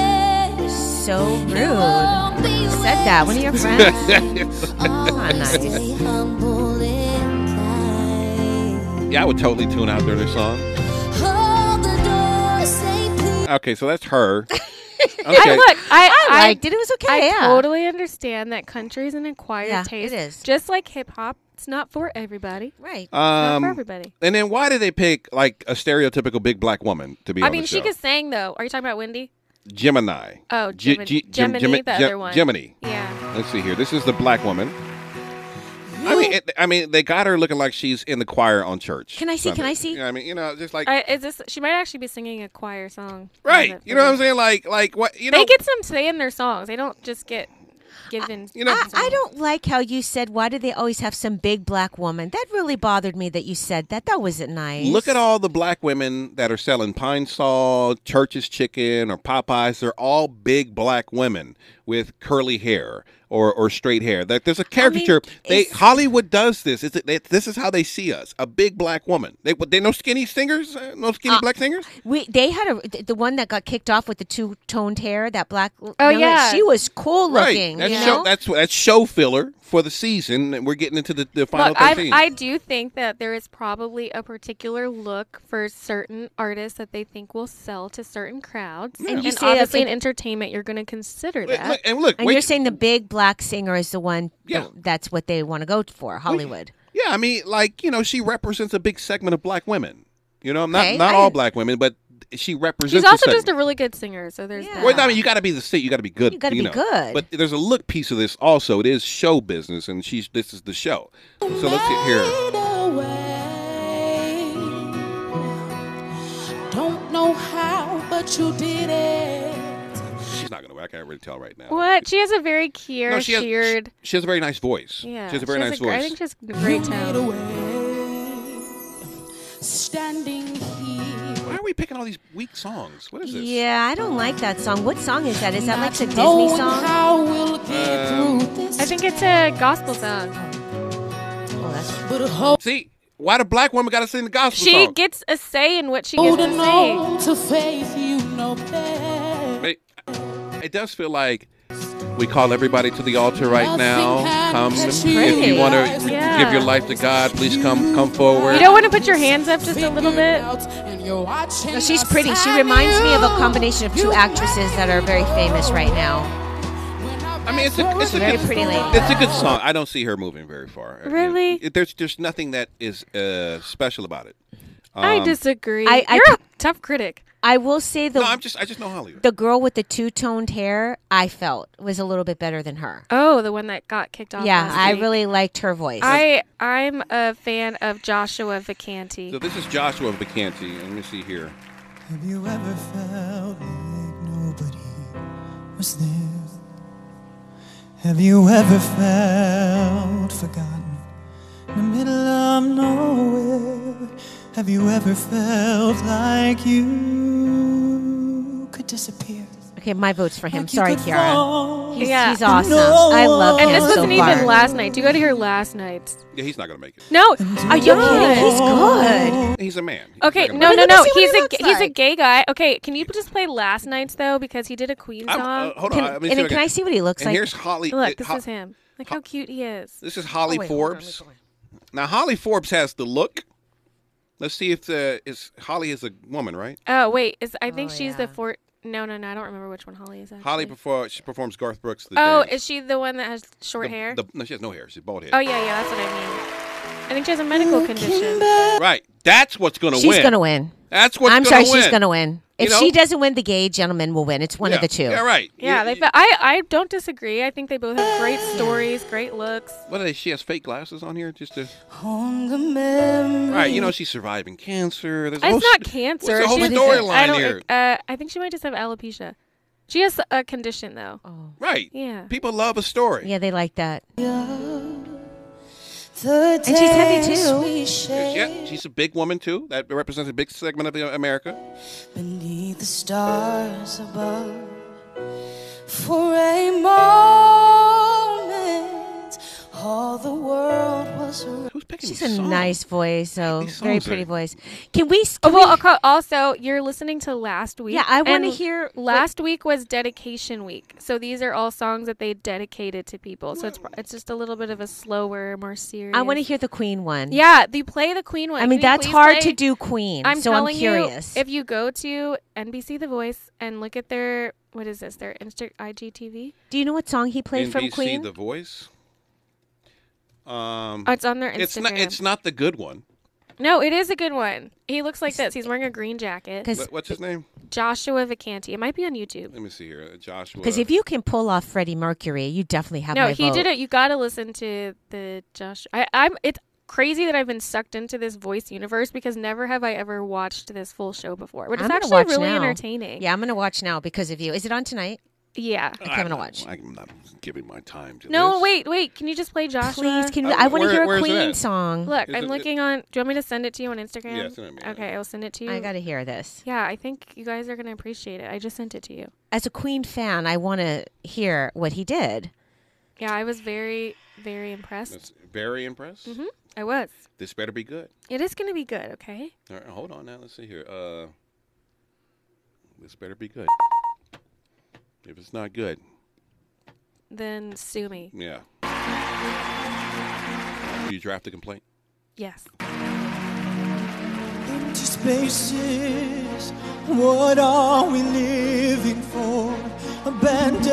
[SPEAKER 4] So rude. Who Said that. One of your friends. Oh, Not nice.
[SPEAKER 12] Stay humble and kind.
[SPEAKER 3] yeah, I would totally tune out during this song.
[SPEAKER 12] Hold the door, say please.
[SPEAKER 3] Okay, so that's her.
[SPEAKER 5] I
[SPEAKER 3] Okay.
[SPEAKER 5] look, I,
[SPEAKER 4] I liked it. It was okay.
[SPEAKER 5] I
[SPEAKER 4] yeah.
[SPEAKER 5] totally understand that country is an acquired
[SPEAKER 4] Yeah, it
[SPEAKER 5] taste.
[SPEAKER 4] is.
[SPEAKER 5] Just like hip hop, it's not for everybody.
[SPEAKER 4] Right.
[SPEAKER 5] Not
[SPEAKER 3] Um,
[SPEAKER 5] for everybody.
[SPEAKER 3] And then why did they pick like a stereotypical big black woman to be
[SPEAKER 5] I
[SPEAKER 3] on
[SPEAKER 5] mean,
[SPEAKER 3] the
[SPEAKER 5] she
[SPEAKER 3] show?
[SPEAKER 5] could sing though. Are you talking about Wendy?
[SPEAKER 3] Gemini.
[SPEAKER 5] Oh,
[SPEAKER 3] G-
[SPEAKER 5] Gemini,
[SPEAKER 3] G- Gem-
[SPEAKER 5] Gemini
[SPEAKER 3] Gemi-
[SPEAKER 5] the
[SPEAKER 3] Gem-
[SPEAKER 5] other one.
[SPEAKER 3] Gemini.
[SPEAKER 5] Yeah.
[SPEAKER 3] Let's see here. This is the black woman. I mean, it, I mean, they got her looking like she's in the choir on church.
[SPEAKER 4] Can I see? Can
[SPEAKER 3] Sunday.
[SPEAKER 4] I see?
[SPEAKER 3] You know what I mean, you know, just like
[SPEAKER 5] I, is this? She might actually be singing a choir song.
[SPEAKER 3] right. You know what I'm saying? Like, like what you know?
[SPEAKER 5] they get some say in their songs. They don't just get given.
[SPEAKER 3] you know,
[SPEAKER 4] I, I don't like how you said, why do they always have some big black woman? That really bothered me that you said that. That wasn't nice.
[SPEAKER 3] Look at all the black women that are selling Pine Sol, Church's Chicken, or Popeyes. They're all big black women with curly hair or or straight hair. Like there's a caricature. they Hollywood does this. It's, it, this is how they see us: a big black woman. They they no skinny singers, uh, no skinny black singers.
[SPEAKER 4] We they had a th- the one that got kicked off with the two toned hair, that black. Oh
[SPEAKER 5] yeah.
[SPEAKER 4] she was cool looking.
[SPEAKER 3] That's
[SPEAKER 4] you know?
[SPEAKER 3] show. That's that's show filler for the season, and we're getting into the, the final
[SPEAKER 5] Look, I,
[SPEAKER 3] thirteen.
[SPEAKER 5] I do think that there is probably a particular look for certain artists that they think will sell to certain crowds.
[SPEAKER 4] And you say that's
[SPEAKER 5] obviously
[SPEAKER 4] like-
[SPEAKER 5] in entertainment, you're going to consider that.
[SPEAKER 3] and look,
[SPEAKER 4] and
[SPEAKER 3] wait-
[SPEAKER 4] you're saying the big black singer is the one.
[SPEAKER 3] Yeah.
[SPEAKER 4] that's what they want to go for, Hollywood.
[SPEAKER 3] yeah, I mean, like you know, she represents a big segment of black women. You know, not
[SPEAKER 5] Okay,
[SPEAKER 3] not
[SPEAKER 5] I-
[SPEAKER 3] all black women, but she represents.
[SPEAKER 5] She's
[SPEAKER 3] a
[SPEAKER 5] also
[SPEAKER 3] segment.
[SPEAKER 5] just a really good singer, so there's that.
[SPEAKER 3] Well, I mean, you got to be the state. You got to be good.
[SPEAKER 5] You gotta be
[SPEAKER 3] know.
[SPEAKER 5] good.
[SPEAKER 3] But there's a look piece of this also. It is show business, and she's this is the show. So let's get here.
[SPEAKER 13] Don't know how, but you did it.
[SPEAKER 3] She's not gonna. I can't really tell right now.
[SPEAKER 5] What? She has a very clear,
[SPEAKER 3] No, she has-
[SPEAKER 5] sheared.
[SPEAKER 3] She has a very nice voice.
[SPEAKER 5] Yeah,
[SPEAKER 3] she has a very nice
[SPEAKER 5] gr-
[SPEAKER 3] voice.
[SPEAKER 5] I think she has a great
[SPEAKER 13] tone. Standing here.
[SPEAKER 3] Why are we picking all these weak songs? What is this?
[SPEAKER 4] Yeah, I don't like that song. What song is that? Is that like the Disney
[SPEAKER 13] knowing
[SPEAKER 4] song?
[SPEAKER 13] how we'll get
[SPEAKER 3] Um,
[SPEAKER 13] through this.
[SPEAKER 5] I think it's a gospel song.
[SPEAKER 3] See, why the black woman got to sing the gospel
[SPEAKER 5] She
[SPEAKER 3] song?
[SPEAKER 5] gets a say in what she gets
[SPEAKER 13] Holding
[SPEAKER 5] to say.
[SPEAKER 13] on to faith, you know best.
[SPEAKER 3] It, it does feel like we call everybody to the altar right now. Come
[SPEAKER 5] That's
[SPEAKER 3] if you
[SPEAKER 5] pretty.
[SPEAKER 3] want to
[SPEAKER 5] Yeah.
[SPEAKER 3] give your life to God, please come come forward.
[SPEAKER 5] You don't want to put your hands up just a little bit.
[SPEAKER 4] No, she's pretty. She reminds me of a combination of two actresses that are very famous right now.
[SPEAKER 3] I mean, it's a, it's a
[SPEAKER 4] very
[SPEAKER 3] good-
[SPEAKER 4] pretty lady.
[SPEAKER 3] It's a good song. I don't see her moving very far.
[SPEAKER 5] Really?
[SPEAKER 3] It- There's just nothing that is uh, special about it.
[SPEAKER 5] I
[SPEAKER 3] Um,
[SPEAKER 5] disagree.
[SPEAKER 4] I- I-
[SPEAKER 5] You're a tough critic.
[SPEAKER 4] I will say the
[SPEAKER 3] No, I'm just I just know Hollywood.
[SPEAKER 4] the girl with the two toned hair. I felt was a little bit better than her.
[SPEAKER 5] Oh, the one that got kicked off.
[SPEAKER 4] yeah,
[SPEAKER 5] last
[SPEAKER 4] I
[SPEAKER 5] week.
[SPEAKER 4] really liked her voice.
[SPEAKER 5] I I'm a fan of Joshua Vacanti.
[SPEAKER 3] So this is Joshua Vacanti. Let me see here.
[SPEAKER 13] Have you ever felt like nobody was there? Have you ever felt forgotten in the middle of nowhere? Have you ever felt like you could disappear?
[SPEAKER 4] Okay, my vote's for him.
[SPEAKER 13] Like you
[SPEAKER 4] Sorry,
[SPEAKER 13] could
[SPEAKER 4] Kiara.
[SPEAKER 13] fall.
[SPEAKER 4] He's,
[SPEAKER 5] Yeah.
[SPEAKER 4] he's awesome.
[SPEAKER 13] No
[SPEAKER 4] I love him
[SPEAKER 5] And this
[SPEAKER 4] so
[SPEAKER 5] wasn't
[SPEAKER 4] far.
[SPEAKER 5] even last night. You got to hear last night's.
[SPEAKER 3] Yeah, he's not gonna make it.
[SPEAKER 5] No,
[SPEAKER 4] Are you kidding? Oh, He's good.
[SPEAKER 3] He's a man. He's
[SPEAKER 5] Okay,
[SPEAKER 3] not gonna
[SPEAKER 5] no,
[SPEAKER 3] make
[SPEAKER 5] no,
[SPEAKER 3] it.
[SPEAKER 5] no. He's a he's a gay guy. Okay, can you just play last night's though because he did a Queen
[SPEAKER 3] I'm-
[SPEAKER 5] song.
[SPEAKER 3] uh, hold on.
[SPEAKER 4] Can-
[SPEAKER 3] I- let me
[SPEAKER 4] and
[SPEAKER 3] see if
[SPEAKER 4] can I see what he looks
[SPEAKER 3] and
[SPEAKER 4] like?
[SPEAKER 3] Here's Holly.
[SPEAKER 5] Look,
[SPEAKER 3] it-
[SPEAKER 5] this
[SPEAKER 3] Ho-
[SPEAKER 5] is him. Look how cute he is.
[SPEAKER 3] This is Holly
[SPEAKER 5] Oh, wait, hold on,
[SPEAKER 3] Forbes. now Holly Forbes has the look. Let's see if the is Holly is a woman, right?
[SPEAKER 5] Oh wait, is I think she's the fort. No, no, no. I don't remember which one Holly is. Actually.
[SPEAKER 3] Holly perfor- she performs Garth Brooks. The
[SPEAKER 5] Oh,
[SPEAKER 3] dance.
[SPEAKER 5] is she the one that has short
[SPEAKER 3] The-
[SPEAKER 5] hair?
[SPEAKER 3] the- no, she has no hair. She's bald head.
[SPEAKER 5] oh yeah, yeah. That's what I mean. I think she has a medical condition.
[SPEAKER 3] Right. That's what's gonna
[SPEAKER 4] She's
[SPEAKER 3] win.
[SPEAKER 4] gonna win.
[SPEAKER 3] That's what's
[SPEAKER 4] I'm
[SPEAKER 3] gonna
[SPEAKER 4] sorry,
[SPEAKER 3] win.
[SPEAKER 4] she's gonna win.
[SPEAKER 3] You
[SPEAKER 4] If she
[SPEAKER 3] know?
[SPEAKER 4] doesn't win, the gay gentleman will win. It's one of
[SPEAKER 3] Yeah.
[SPEAKER 4] the two.
[SPEAKER 3] Yeah, right.
[SPEAKER 5] Yeah, they. fe- I I don't disagree. I think they both have great stories, great looks.
[SPEAKER 3] What are they? She has fake glasses on here just to.
[SPEAKER 13] On the memory.
[SPEAKER 3] All right, you know she's surviving cancer. There's a whole
[SPEAKER 5] It's not
[SPEAKER 3] st-
[SPEAKER 5] cancer.
[SPEAKER 3] There's a whole
[SPEAKER 5] She has- I
[SPEAKER 3] storyline
[SPEAKER 5] don't-
[SPEAKER 3] here.
[SPEAKER 5] Uh, I think she might just have alopecia. She has a condition though.
[SPEAKER 4] Oh.
[SPEAKER 3] Right.
[SPEAKER 5] Yeah.
[SPEAKER 3] People love a story.
[SPEAKER 4] Yeah, they like that.
[SPEAKER 13] And
[SPEAKER 4] she's heavy, too.
[SPEAKER 3] Yeah, she's a big woman too. That represents a big segment of the- America.
[SPEAKER 13] Beneath the stars above, for a moment, all the world was around.
[SPEAKER 3] Who's picking
[SPEAKER 4] She's a nice voice, so very
[SPEAKER 13] songs
[SPEAKER 4] pretty
[SPEAKER 13] are-
[SPEAKER 4] voice. Can we? s-
[SPEAKER 5] Oh,
[SPEAKER 4] can
[SPEAKER 5] well,
[SPEAKER 4] we-
[SPEAKER 5] okay, also you're listening to last week.
[SPEAKER 4] Yeah, I wanna
[SPEAKER 5] and
[SPEAKER 4] hear what-
[SPEAKER 5] Last week was dedication week, so these are all songs that they dedicated to people. So it's pro- it's just a little bit of a slower, more serious.
[SPEAKER 4] I want to hear the Queen one.
[SPEAKER 5] Yeah, they play the Queen one.
[SPEAKER 4] I
[SPEAKER 5] Can
[SPEAKER 4] mean,
[SPEAKER 5] you
[SPEAKER 4] that's
[SPEAKER 5] please
[SPEAKER 4] hard
[SPEAKER 5] play-
[SPEAKER 4] to do Queen,
[SPEAKER 5] I'm
[SPEAKER 4] so I'm
[SPEAKER 5] telling
[SPEAKER 4] curious.
[SPEAKER 5] You, if you go to NBC The Voice and look at their what is this? Their Insta- IGTV.
[SPEAKER 4] Do you know what song he played from
[SPEAKER 3] NBC,
[SPEAKER 4] Queen?
[SPEAKER 3] The Voice. Um,
[SPEAKER 5] Oh, it's on their
[SPEAKER 3] It's not.
[SPEAKER 5] Instagram.
[SPEAKER 3] It's not the good one.
[SPEAKER 5] No, it is a good one. He looks like this. He's wearing a green jacket.
[SPEAKER 3] What- what's his name?
[SPEAKER 5] Joshua Vacanti. It might be on YouTube.
[SPEAKER 3] Let me see here. uh, Joshua.
[SPEAKER 4] Because if you can pull off Freddie Mercury, you definitely have
[SPEAKER 5] no,
[SPEAKER 4] my
[SPEAKER 5] he
[SPEAKER 4] vote.
[SPEAKER 5] did it. You gotta listen to the Josh. I, I'm. It's crazy that I've been sucked into this voice universe because never have I ever watched this full show before. But it's
[SPEAKER 4] I'm gonna
[SPEAKER 5] actually
[SPEAKER 4] watch
[SPEAKER 5] really
[SPEAKER 4] now.
[SPEAKER 5] entertaining.
[SPEAKER 4] Yeah, I'm gonna watch now because of you. Is it on tonight?
[SPEAKER 5] Yeah.
[SPEAKER 4] Okay, I'm gonna watch.
[SPEAKER 3] I'm not giving my time to
[SPEAKER 5] No,
[SPEAKER 3] this.
[SPEAKER 5] wait, wait. Can you just play Joshua?
[SPEAKER 4] Please, can we- I want to
[SPEAKER 3] Uh, where-
[SPEAKER 4] hear
[SPEAKER 3] where
[SPEAKER 4] a
[SPEAKER 3] is it
[SPEAKER 4] Queen
[SPEAKER 3] at?
[SPEAKER 4] song.
[SPEAKER 5] Look,
[SPEAKER 3] Is
[SPEAKER 5] I'm
[SPEAKER 3] it-
[SPEAKER 5] looking on. Do you want me to send it to you on Instagram?
[SPEAKER 3] Yeah, send it to me.
[SPEAKER 5] Okay, I will send it to you.
[SPEAKER 4] I gotta hear this.
[SPEAKER 5] Yeah, I think you guys are gonna appreciate it. I just sent it to you.
[SPEAKER 4] As a Queen fan, I want to hear what he did.
[SPEAKER 5] Yeah, I was very, very impressed.
[SPEAKER 3] That's very impressed.
[SPEAKER 4] Mm-hmm.
[SPEAKER 5] hmm I was.
[SPEAKER 3] This better be good.
[SPEAKER 5] It is going to be good, okay?
[SPEAKER 3] All right, hold on now. Let's see here. Uh, this better be good. If it's not good,
[SPEAKER 5] Then sue me.
[SPEAKER 3] yeah. Do you draft a complaint?
[SPEAKER 5] Yes.
[SPEAKER 13] Empty spaces, what are we living for? Abandoned.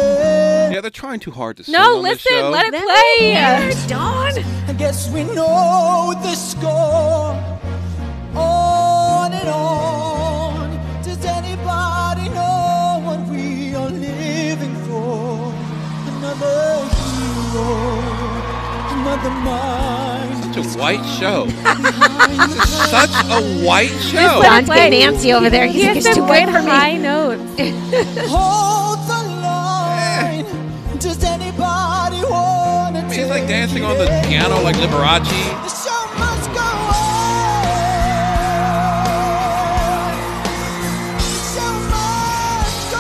[SPEAKER 3] Yeah, they're trying too hard to sing
[SPEAKER 13] No,
[SPEAKER 3] on this
[SPEAKER 13] listen,
[SPEAKER 3] show.
[SPEAKER 13] let it play. I guess we know the score. On and on. Does anybody know what we are living for? Another hero, another mind.
[SPEAKER 3] Such a white show. Such a white show.
[SPEAKER 4] Don's getting antsy over there. He's
[SPEAKER 5] He
[SPEAKER 4] like,
[SPEAKER 5] has
[SPEAKER 4] it's too
[SPEAKER 5] some
[SPEAKER 4] white
[SPEAKER 5] good
[SPEAKER 4] for me.
[SPEAKER 5] high notes.
[SPEAKER 13] Hold the line. Does anybody want to
[SPEAKER 3] He's like dancing on the piano like Liberace.
[SPEAKER 13] The show must go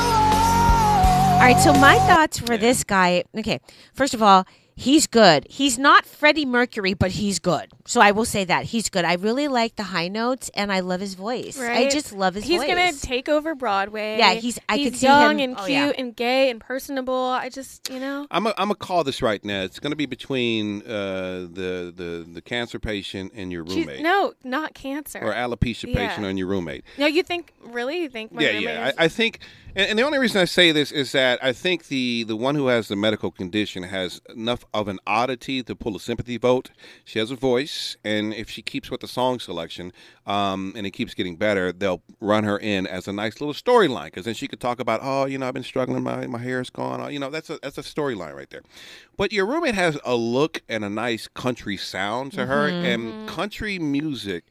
[SPEAKER 4] All right, so my thoughts for this guy. Okay, first of all, he's good. He's not Freddie Mercury, but he's good. So I will say that he's good. I really like the high notes, and I love his voice. I
[SPEAKER 5] Right?
[SPEAKER 4] just love his
[SPEAKER 5] He's
[SPEAKER 4] voice.
[SPEAKER 5] gonna take over Broadway.
[SPEAKER 4] Yeah, he's- I could see
[SPEAKER 5] young
[SPEAKER 4] him-
[SPEAKER 5] and
[SPEAKER 4] oh,
[SPEAKER 5] cute
[SPEAKER 4] yeah.
[SPEAKER 5] and gay and personable. I just, you know,
[SPEAKER 3] I'm going to call this right now. It's going to be between uh, the, the, the cancer patient and your
[SPEAKER 5] she's-
[SPEAKER 3] roommate.
[SPEAKER 5] no, not cancer
[SPEAKER 3] Or alopecia
[SPEAKER 5] Yeah.
[SPEAKER 3] patient and your roommate.
[SPEAKER 5] No, you think really? You think my
[SPEAKER 3] yeah,
[SPEAKER 5] roommate
[SPEAKER 3] yeah.
[SPEAKER 5] is-
[SPEAKER 3] I, I think, and, and the only reason I say this is that I think the the one who has the medical condition has enough of an oddity to pull a sympathy vote. She has a voice, and if she keeps with the song selection, um, and it keeps getting better, they'll run her in as a nice little storyline because then she could talk about, oh, you know, I've been struggling, my my hair's gone, oh, you know, that's a that's a storyline right there. But your roommate has a look and a nice country sound to her,
[SPEAKER 5] Mhm.
[SPEAKER 3] and country music.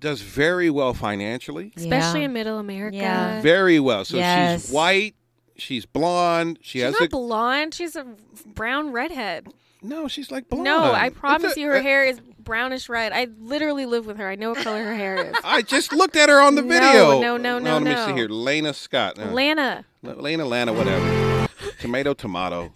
[SPEAKER 3] Does very well financially,
[SPEAKER 5] especially in Middle America.
[SPEAKER 4] Yeah.
[SPEAKER 3] very well. So
[SPEAKER 4] Yes.
[SPEAKER 3] she's white. She's blonde. She
[SPEAKER 5] She's
[SPEAKER 3] has
[SPEAKER 5] not
[SPEAKER 3] a
[SPEAKER 5] blonde. She's a brown redhead.
[SPEAKER 3] no. She's like
[SPEAKER 5] No,
[SPEAKER 3] blonde.
[SPEAKER 5] I
[SPEAKER 3] It's
[SPEAKER 5] promise
[SPEAKER 3] a-
[SPEAKER 5] you, her
[SPEAKER 3] uh,
[SPEAKER 5] hair is brownish red. I literally live with her. I know what color her hair is.
[SPEAKER 3] I just looked at her on the
[SPEAKER 5] No,
[SPEAKER 3] video.
[SPEAKER 5] no, no, no,
[SPEAKER 3] Let me
[SPEAKER 5] no.
[SPEAKER 3] see here. Lena Scott. Uh,
[SPEAKER 5] Lana.
[SPEAKER 3] L- Lena, Lana, whatever. tomato, tomato.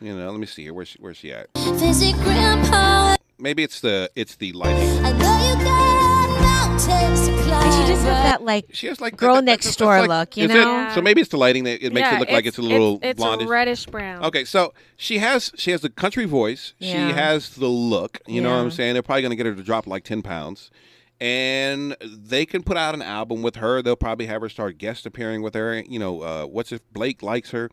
[SPEAKER 3] You know. Let me see here. Where's she, where's she at?
[SPEAKER 12] Visit grandpa.
[SPEAKER 3] Maybe it's the it's the lighting.
[SPEAKER 12] I know you got mountains to climb.
[SPEAKER 4] And she just has that like,
[SPEAKER 3] she has, like
[SPEAKER 4] girl next door
[SPEAKER 3] It's like-
[SPEAKER 4] look, you
[SPEAKER 3] is it-
[SPEAKER 4] know?
[SPEAKER 3] So maybe it's the lighting that it makes
[SPEAKER 5] Yeah,
[SPEAKER 3] it look like it's a little
[SPEAKER 5] it's,
[SPEAKER 3] blondish.
[SPEAKER 5] reddish
[SPEAKER 4] Oh.
[SPEAKER 5] brown.
[SPEAKER 3] Okay, so she has she has the country voice.
[SPEAKER 5] Yeah.
[SPEAKER 3] She has the look. You know what I'm
[SPEAKER 5] Yeah.
[SPEAKER 3] saying? They're probably going to get her to drop like 10 pounds. And they can put out an album with her. They'll probably have her start guest appearing with her. You know, uh, what's if Blake likes her?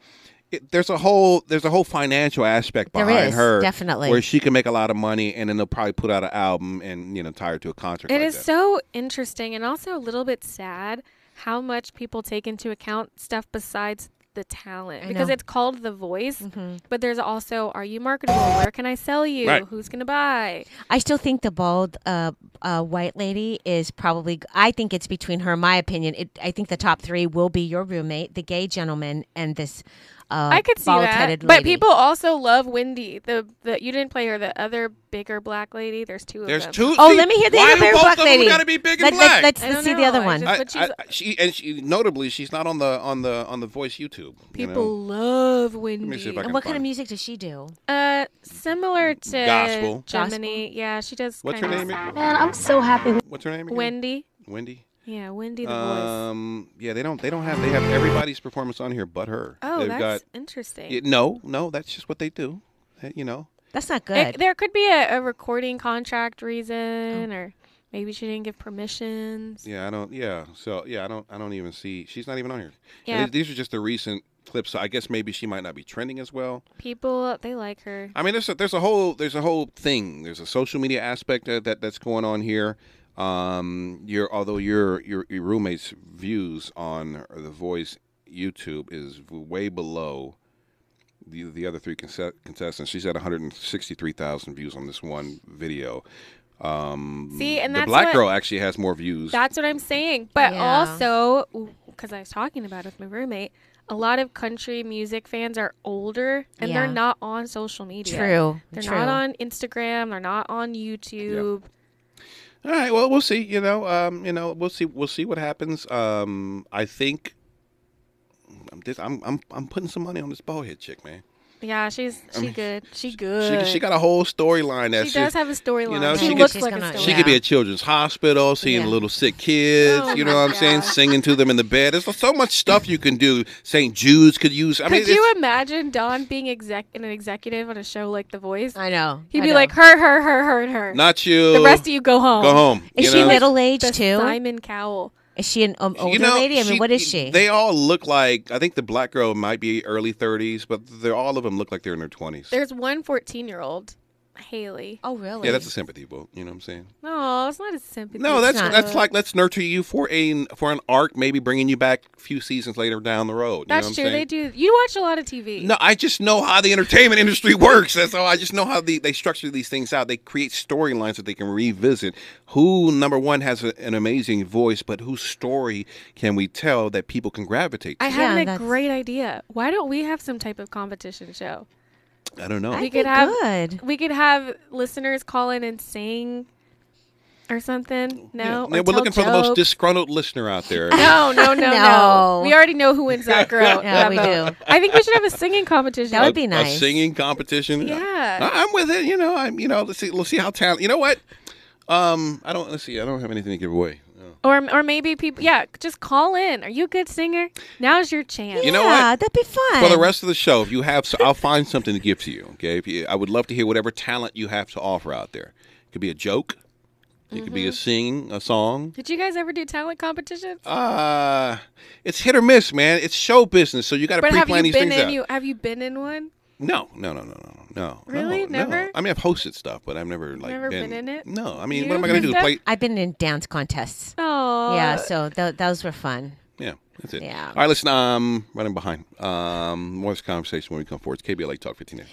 [SPEAKER 3] It, there's a whole there's a whole financial aspect
[SPEAKER 4] There
[SPEAKER 3] behind
[SPEAKER 4] is,
[SPEAKER 3] her,
[SPEAKER 4] definitely.
[SPEAKER 3] where she can make a lot of money, and then they'll probably put out an album and you know tie her to a concert.
[SPEAKER 5] It
[SPEAKER 3] like
[SPEAKER 5] is
[SPEAKER 3] that.
[SPEAKER 5] so interesting and also a little bit sad how much people take into account stuff besides the talent
[SPEAKER 4] I
[SPEAKER 5] because
[SPEAKER 4] know. Mm-hmm.
[SPEAKER 5] it's called the voice, but there's also are you marketable? Where can I sell you?
[SPEAKER 4] Right.
[SPEAKER 5] Who's gonna buy?
[SPEAKER 4] I still think the bald uh, uh, white lady is probably. I think it's between her. My opinion. It, I think the top three will be your roommate, the gay gentleman, and this. Uh,
[SPEAKER 5] I could see that,
[SPEAKER 4] bald-headed
[SPEAKER 5] but
[SPEAKER 4] lady.
[SPEAKER 5] people also love Wendy. The the you didn't play her, the other bigger black lady. There's two.
[SPEAKER 3] There's
[SPEAKER 5] of them.
[SPEAKER 3] two.
[SPEAKER 4] Oh,
[SPEAKER 3] see,
[SPEAKER 4] let me hear the
[SPEAKER 3] why
[SPEAKER 4] other
[SPEAKER 3] do both
[SPEAKER 4] black
[SPEAKER 3] of them
[SPEAKER 4] lady.
[SPEAKER 3] gotta be big and
[SPEAKER 4] Let- let-
[SPEAKER 3] black?
[SPEAKER 4] let's-
[SPEAKER 5] I don't
[SPEAKER 4] see the other
[SPEAKER 5] know, I
[SPEAKER 4] one.
[SPEAKER 5] just-
[SPEAKER 3] I-
[SPEAKER 5] but she's-
[SPEAKER 3] I- she and she notably she's not on the on the on the Voice YouTube. you know?
[SPEAKER 5] People love Wendy.
[SPEAKER 3] me see if I
[SPEAKER 4] And
[SPEAKER 3] can
[SPEAKER 4] what kind
[SPEAKER 3] find-
[SPEAKER 4] of music does she do?
[SPEAKER 5] Uh, similar to
[SPEAKER 3] Gospel.
[SPEAKER 5] Gemini. Yeah, she does.
[SPEAKER 3] What's her
[SPEAKER 5] kind
[SPEAKER 3] name?
[SPEAKER 5] of-
[SPEAKER 3] Man, I'm so happy. What's her name? Again?
[SPEAKER 5] Wendy.
[SPEAKER 3] Wendy.
[SPEAKER 5] Yeah, Wendy the voice.
[SPEAKER 3] Um, yeah, they don't. They don't have. They have everybody's performance on here but her.
[SPEAKER 5] Oh,
[SPEAKER 3] They've
[SPEAKER 5] that's
[SPEAKER 3] got,
[SPEAKER 5] interesting.
[SPEAKER 3] Yeah, no, no, that's just what they do. Uh, You know,
[SPEAKER 4] That's not good.
[SPEAKER 5] It- there could be a, a recording contract
[SPEAKER 4] Oh.
[SPEAKER 5] reason, or maybe she didn't give permissions.
[SPEAKER 3] yeah, I don't. Yeah, so yeah, I don't. I don't even see. She's not even on here. And
[SPEAKER 5] Yeah.
[SPEAKER 3] th- these are just the recent clips. So I guess maybe she might not be trending as well.
[SPEAKER 5] People, they like her.
[SPEAKER 3] I mean, there's a, there's a whole there's a whole thing. There's a social media aspect that, that that's going on here. Um, your although your, your your roommate's views on the Voice YouTube is way below the the other three conse- contestants. She's at 163,000 views on this one video. Um,
[SPEAKER 5] See, and
[SPEAKER 3] the
[SPEAKER 5] that's
[SPEAKER 3] black
[SPEAKER 5] what-
[SPEAKER 3] girl actually has more views.
[SPEAKER 5] That's what I'm saying. But
[SPEAKER 4] Yeah.
[SPEAKER 5] also, because I was talking about it with my roommate, a lot of country music fans are older and
[SPEAKER 4] Yeah.
[SPEAKER 5] they're not on social media.
[SPEAKER 4] True,
[SPEAKER 5] They're
[SPEAKER 4] true.
[SPEAKER 5] not on Instagram. They're not on YouTube.
[SPEAKER 3] All right. Well, we'll see. You know, um, you know, we'll see. We'll see what happens. Um, I think I'm this. I'm I'm I'm putting some money on this ballhead chick, man.
[SPEAKER 5] Yeah, she's
[SPEAKER 3] I
[SPEAKER 5] she
[SPEAKER 3] mean,
[SPEAKER 5] good. She
[SPEAKER 3] She,
[SPEAKER 5] good.
[SPEAKER 3] she got a whole storyline that
[SPEAKER 5] She does have a storyline.
[SPEAKER 3] You know,
[SPEAKER 5] She
[SPEAKER 3] could-
[SPEAKER 5] looks like a
[SPEAKER 3] She could be
[SPEAKER 5] storyline.
[SPEAKER 3] at children's hospital, seeing
[SPEAKER 5] Yeah.
[SPEAKER 3] little sick kids.
[SPEAKER 5] Oh
[SPEAKER 3] you know
[SPEAKER 5] my
[SPEAKER 3] what I'm saying? Singing to them in the bed. There's so much stuff you can do. St. Jude's could use. I mean,
[SPEAKER 5] Could
[SPEAKER 3] it's-
[SPEAKER 5] you imagine Don being exec an executive on a show like The Voice? I
[SPEAKER 4] know.
[SPEAKER 5] He'd
[SPEAKER 4] I
[SPEAKER 5] be
[SPEAKER 4] know.
[SPEAKER 5] like her, her, her, her, and her.
[SPEAKER 3] Not you.
[SPEAKER 5] The rest of you go home.
[SPEAKER 3] Go home.
[SPEAKER 4] Is
[SPEAKER 3] you
[SPEAKER 4] she
[SPEAKER 3] know?
[SPEAKER 4] middle aged too?
[SPEAKER 5] Simon Cowell.
[SPEAKER 4] Is she an um, older
[SPEAKER 3] You know,
[SPEAKER 4] lady? I mean, what is she?
[SPEAKER 3] They all look like. I think the black girl might be early 30s, but they're all of them look like they're in their 20s.
[SPEAKER 5] There's one 14 year old, Haley.
[SPEAKER 4] Oh really?
[SPEAKER 3] Yeah, that's a sympathy vote. You know what I'm saying?
[SPEAKER 5] No, it's not a sympathy.
[SPEAKER 3] No, that's
[SPEAKER 5] vote.
[SPEAKER 3] that's like let's nurture you for a for an arc, maybe bringing you back a few seasons later down the road. You
[SPEAKER 5] That's
[SPEAKER 3] know what
[SPEAKER 5] true.
[SPEAKER 3] I'm
[SPEAKER 5] They
[SPEAKER 3] saying?
[SPEAKER 5] do. You watch a lot of TV.
[SPEAKER 3] No, I just know how the entertainment industry works. That's all. I just know how the, they structure these things out. They create storylines that they can revisit. Who number one has a, an amazing voice, but whose story can we tell that people can gravitate? To?
[SPEAKER 5] I
[SPEAKER 3] I,
[SPEAKER 5] had a
[SPEAKER 4] that's-
[SPEAKER 5] great idea. Why don't we have some type of competition show?
[SPEAKER 3] don't know.
[SPEAKER 5] we could have
[SPEAKER 4] good.
[SPEAKER 5] we could have listeners call in and sing or something.
[SPEAKER 3] Yeah,
[SPEAKER 5] No,
[SPEAKER 3] we're
[SPEAKER 5] Or tell
[SPEAKER 3] looking for the most
[SPEAKER 5] jokes.
[SPEAKER 3] disgruntled listener out there.
[SPEAKER 5] No, no, no, no,
[SPEAKER 4] No.
[SPEAKER 5] We already know who wins that girl.
[SPEAKER 4] Yeah, we
[SPEAKER 5] vote.
[SPEAKER 4] do.
[SPEAKER 5] I think we should have a singing competition.
[SPEAKER 3] A- a singing competition.
[SPEAKER 5] Yeah.
[SPEAKER 3] I, am with it. You know, I'm. You know, let's see. Let's see how talent. You know what? Um, I don't. Let's see. I don't have anything to give away.
[SPEAKER 5] Or, or maybe people, yeah, just call in. Are you a good singer? Now's your chance.
[SPEAKER 3] You know what? Yeah,
[SPEAKER 4] that'd be fun.
[SPEAKER 3] For the rest of the show, if you have, so I'll find something to give to you. Okay, if you, I would love to hear whatever talent you have to offer out there. It could be a joke. It could
[SPEAKER 5] Mm-hmm.
[SPEAKER 3] be a singing, a song.
[SPEAKER 5] Did you guys ever do talent competitions?
[SPEAKER 3] Uh it's hit or miss, man. It's show business, so you got to
[SPEAKER 5] but have
[SPEAKER 3] pre-plan
[SPEAKER 5] you
[SPEAKER 3] these
[SPEAKER 5] been
[SPEAKER 3] things
[SPEAKER 5] in?
[SPEAKER 3] out.
[SPEAKER 5] You have you been in one?
[SPEAKER 3] No, no, no, no, no, no.
[SPEAKER 5] Really?
[SPEAKER 3] No, no.
[SPEAKER 5] Never?
[SPEAKER 3] I mean, I've hosted stuff, but I've never like
[SPEAKER 5] Never been in it?
[SPEAKER 3] No, I mean,
[SPEAKER 5] You,
[SPEAKER 3] what am I going to do?
[SPEAKER 5] Krista?
[SPEAKER 3] Play?
[SPEAKER 4] I've been in dance contests.
[SPEAKER 5] Oh,
[SPEAKER 4] Yeah, so th- those were fun.
[SPEAKER 3] Yeah, that's it.
[SPEAKER 4] Yeah.
[SPEAKER 3] All right, listen. Um, running behind. Um, more of this conversation when we come forward. It's KBLA Talk 15.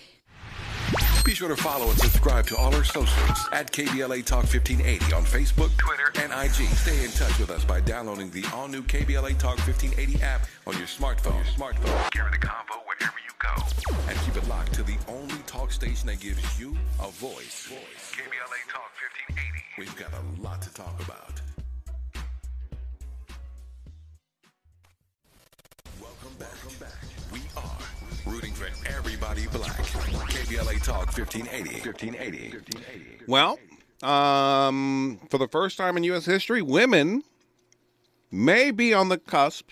[SPEAKER 1] Be sure to follow and subscribe to all our socials at KBLA Talk 1580 on Facebook, Twitter, and IG. Stay in touch with us by downloading the all new KBLA Talk 1580 app on your smartphone. Your smartphone. Carry the convo wherever you go. And keep it locked to the only talk station that gives you a voice. voice. KBLA Talk 1580. We've got a lot to talk about. Welcome back. Welcome back. We are rooting for everybody black. KBLA Talk 1580. 1580. 1580.
[SPEAKER 3] Well, um, for the first time in U.S. history, women may be on the cusp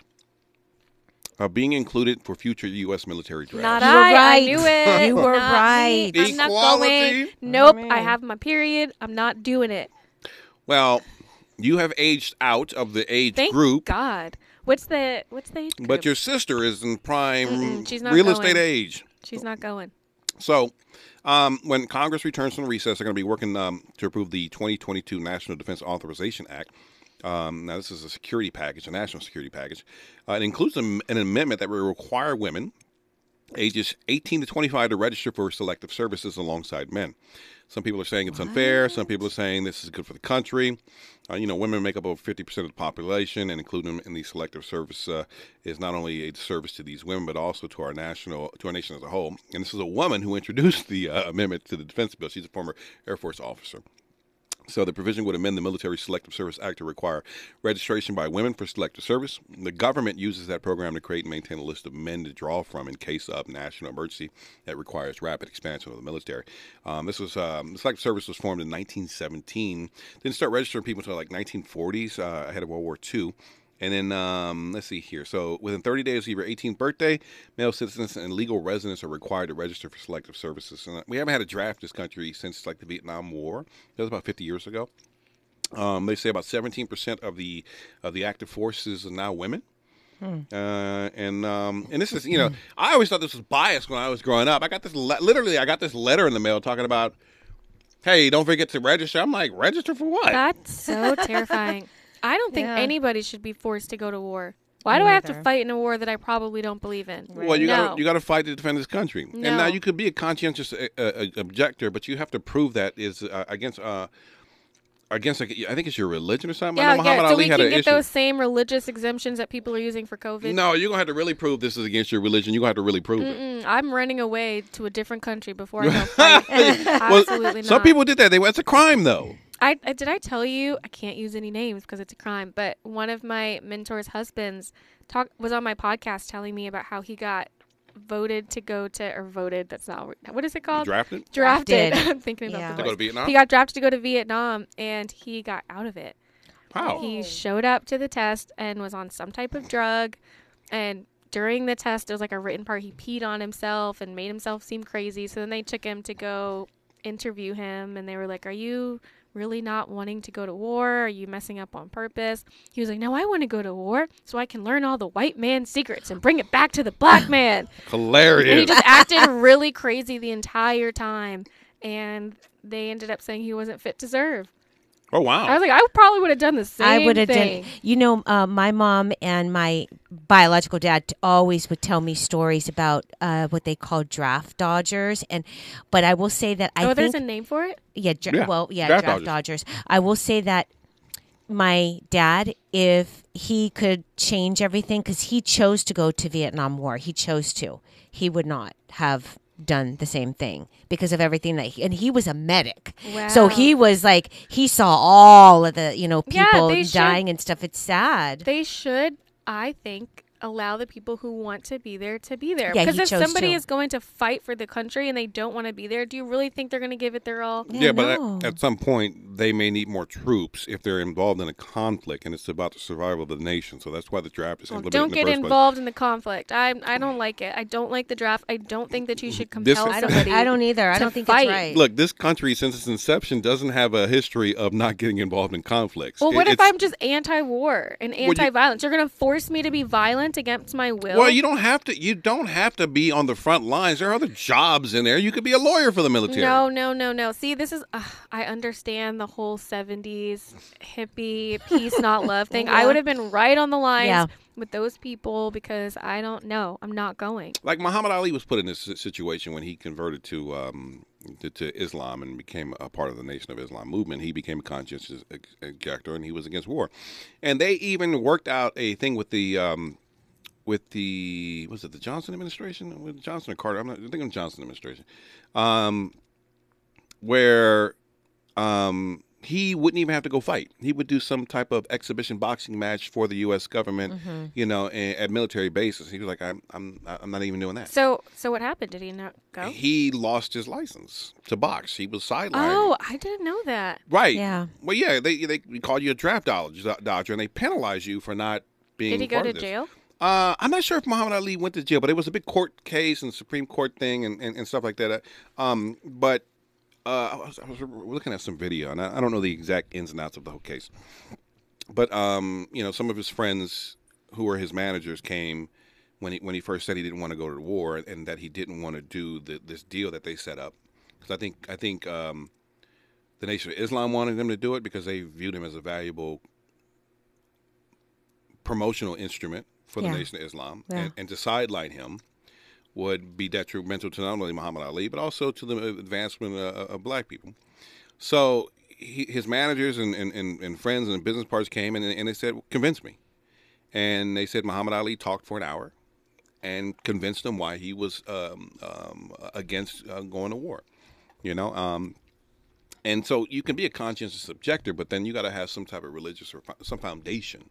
[SPEAKER 3] of being included for future U.S. military drafts.
[SPEAKER 5] Not
[SPEAKER 4] You were
[SPEAKER 5] I. I
[SPEAKER 4] right.
[SPEAKER 5] knew it.
[SPEAKER 4] You were
[SPEAKER 5] Not me.
[SPEAKER 4] right.
[SPEAKER 5] I'm not going.
[SPEAKER 3] Equality?
[SPEAKER 5] Nope. I have my period. I'm not doing it.
[SPEAKER 3] Well, you have aged out of the age
[SPEAKER 5] Thank
[SPEAKER 3] group,
[SPEAKER 5] God. What's the what's the age
[SPEAKER 3] but
[SPEAKER 5] group?
[SPEAKER 3] your sister is in prime
[SPEAKER 5] Mm-mm, she's not
[SPEAKER 3] real
[SPEAKER 5] going.
[SPEAKER 3] estate age.
[SPEAKER 5] She's not going.
[SPEAKER 3] So, um, when Congress returns from recess, they're going to be working um, to approve the 2022 National Defense Authorization Act. Um, now, this is a security package, a national security package. Uh, it includes an, an amendment that will require women ages 18 to 25 to register for selective services alongside men. Some people are saying it's unfair. Some people are saying this is good for the country. Uh, you know, women make up over 50% of the population, and including them in the selective service uh, is not only a service to these women, but also to our national, to our nation as a whole. And this is a woman who introduced the uh, amendment to the defense bill. She's a former Air Force officer. So the provision would amend the Military Selective Service Act to require registration by women for selective service. The government uses that program to create and maintain a list of men to draw from in case of national emergency that requires rapid expansion of the military. Um, this was um, the selective service was formed in 1917. Didn't start registering people until like 1940s, uh, ahead of World War II. And then um, let's see here. So within 30 days of your 18th birthday, male citizens and legal residents are required to register for selective services. And uh, we haven't had a draft in this country since like the Vietnam War. That was about 50 years ago. Um, they say about 17% of the of the active forces are now women. Uh, and um, and this is you know I always thought this was biased when I was growing up. I got this le- literally I got this letter in the mail talking about, hey, don't forget to register. I'm like register for what?
[SPEAKER 5] That's so terrifying. I don't think
[SPEAKER 4] Yeah.
[SPEAKER 5] anybody should be forced to go to war. Why do I have to
[SPEAKER 4] Neither.
[SPEAKER 5] fight in a war that I probably don't believe in?
[SPEAKER 3] Well, you
[SPEAKER 5] no.
[SPEAKER 3] got you got to fight to defend this country, and now
[SPEAKER 5] No.
[SPEAKER 3] you could be a conscientious uh, uh, objector, but you have to prove that is uh, against uh, against like, I think it's your religion or something. I
[SPEAKER 5] yeah,
[SPEAKER 3] know
[SPEAKER 5] yeah.
[SPEAKER 3] Muhammad
[SPEAKER 5] So
[SPEAKER 3] Ali
[SPEAKER 5] we
[SPEAKER 3] had
[SPEAKER 5] can
[SPEAKER 3] an
[SPEAKER 5] get
[SPEAKER 3] issue.
[SPEAKER 5] those same religious exemptions that people are using for COVID.
[SPEAKER 3] No, you're gonna have to really prove this is against your religion. You're gonna have to really prove it.
[SPEAKER 5] Mm-mm, Hmm, I'm running away to a different country before I go fight.
[SPEAKER 3] Well,
[SPEAKER 5] Absolutely not.
[SPEAKER 3] Some people did that. They that's a crime though.
[SPEAKER 5] I, I did I tell you I can't use any names because it's a crime, but one of my mentor's husbands talk was on my podcast telling me about how he got voted to go to or voted. That's not what is it called?
[SPEAKER 3] Drafted?
[SPEAKER 5] Drafted.
[SPEAKER 3] Drafted.
[SPEAKER 5] I'm thinking about
[SPEAKER 3] Yeah.
[SPEAKER 5] the
[SPEAKER 3] To go
[SPEAKER 5] words.
[SPEAKER 3] to Vietnam?
[SPEAKER 5] He got drafted to go to Vietnam, and he got out of it.
[SPEAKER 3] Wow.
[SPEAKER 5] He showed up to the test and was on some type of drug, and during the test there was like a written part he peed on himself and made himself seem crazy. So then they took him to go interview him, and they were like, "Are you?" Really not wanting to go to war? Are you messing up on purpose? He was like, No, I want to go to war so I can learn all the white man's secrets and bring it back to the black man. And he
[SPEAKER 3] Hilarious.
[SPEAKER 5] just acted really crazy the entire time. And they ended up saying he wasn't fit to serve.
[SPEAKER 3] oh wow.
[SPEAKER 5] I was like, I probably would have done the same
[SPEAKER 4] I would have
[SPEAKER 5] thing.
[SPEAKER 4] done. You know, uh, my mom and my biological dad t- always would tell me stories about uh, what they call draft dodgers, and but I will say that I
[SPEAKER 5] oh,
[SPEAKER 4] think
[SPEAKER 5] there's a name for it?
[SPEAKER 4] Yeah, dra-
[SPEAKER 5] Yeah,
[SPEAKER 4] well, yeah,
[SPEAKER 5] draft
[SPEAKER 4] draft, dodgers. I will say that my dad, if he could change everything, because he chose to go to Vietnam War, he chose to. He would not have done the same thing because of everything that he and he was a medic. So
[SPEAKER 5] Wow.
[SPEAKER 4] he was like he saw all of the, you know,
[SPEAKER 5] Yeah,
[SPEAKER 4] people
[SPEAKER 5] they should-
[SPEAKER 4] dying and stuff. It's sad.
[SPEAKER 5] They should, I think, allow the people who want to be there to be there.
[SPEAKER 4] Yeah, he
[SPEAKER 5] Because if
[SPEAKER 4] chose
[SPEAKER 5] somebody
[SPEAKER 4] to.
[SPEAKER 5] is going to fight for the country and they don't want to be there, do you really think they're going to give it their all?
[SPEAKER 3] yeah, but at, at some point they may need more troops if they're involved in a conflict, and it's about the survival of the nation. So that's why the draft is
[SPEAKER 5] Well,
[SPEAKER 3] implemented.
[SPEAKER 5] don't
[SPEAKER 3] in
[SPEAKER 5] get
[SPEAKER 3] the first place.
[SPEAKER 5] involved in the conflict. I I don't like it. I don't like the draft. I don't think that you should
[SPEAKER 3] This-
[SPEAKER 5] compel
[SPEAKER 3] I don't-
[SPEAKER 5] somebody.
[SPEAKER 4] I don't either. I
[SPEAKER 5] to
[SPEAKER 4] don't think it's
[SPEAKER 5] fight.
[SPEAKER 4] right.
[SPEAKER 3] Look, this country since its inception doesn't have a history of not getting involved in conflicts.
[SPEAKER 5] Well,
[SPEAKER 3] It-
[SPEAKER 5] what if
[SPEAKER 3] it's-
[SPEAKER 5] I'm just anti-war and
[SPEAKER 3] you-
[SPEAKER 5] anti-violence? You're going to force me to be violent against my will.
[SPEAKER 3] Well, you don't have to. You don't have to be on the front lines. There are other jobs in there. You could be a lawyer for the military.
[SPEAKER 5] No, no, no, no. See, this is. Uh, I understand the whole '70s hippie peace, not love thing. I
[SPEAKER 4] Yeah.
[SPEAKER 5] would have been right on the lines
[SPEAKER 4] Yeah.
[SPEAKER 5] with those people because I don't know. I'm not going.
[SPEAKER 3] Like Muhammad Ali was put in this si- situation when he converted to um, to, to Islam and became a part of the Nation of Islam movement. He became a conscientious ex- objector and he was against war. And they even worked out a thing with the um, with the was it the Johnson administration? With Johnson or Carter? I'm not I'm thinking of Johnson administration. Um, where um, he wouldn't even have to go fight. He would do some type of exhibition boxing match for the U.S. government,
[SPEAKER 5] Mhm.
[SPEAKER 3] you know, a- at military bases. He was like, I'm, I'm, I'm not even doing that.
[SPEAKER 5] So, so what happened? Did he not go?
[SPEAKER 3] he lost his license to box. He was sidelined.
[SPEAKER 5] oh, I didn't know that.
[SPEAKER 3] right. Well, yeah, they they call you a draft dodge- dodger and they penalize you for not being.
[SPEAKER 5] Did he go
[SPEAKER 3] part
[SPEAKER 5] to
[SPEAKER 3] of this.
[SPEAKER 5] jail?
[SPEAKER 3] Uh, I'm not sure if Muhammad Ali went to jail, but it was a big court case and Supreme Court thing and, and, and stuff like that. Um, but uh, I, was, I was looking at some video, and I, I don't know the exact ins and outs of the whole case. But um, you know, some of his friends who were his managers came when he when he first said he didn't want to go to the war and that he didn't want to do the, this deal that they set up because I think I think um, the Nation of Islam wanted them to do it because they viewed him as a valuable promotional instrument for the
[SPEAKER 1] Yeah.
[SPEAKER 3] Nation of Islam,
[SPEAKER 1] Yeah.
[SPEAKER 3] and, and to sideline him would be detrimental to not only Muhammad Ali but also to the advancement of, of black people. So he, his managers and, and, and, and friends and business partners came and, and they said, "Convince me." And they said Muhammad Ali talked for an hour and convinced them why he was um, um, against uh, going to war. You know, um, and so you can be a conscientious objector, but then you got to have some type of religious or fo- some foundation.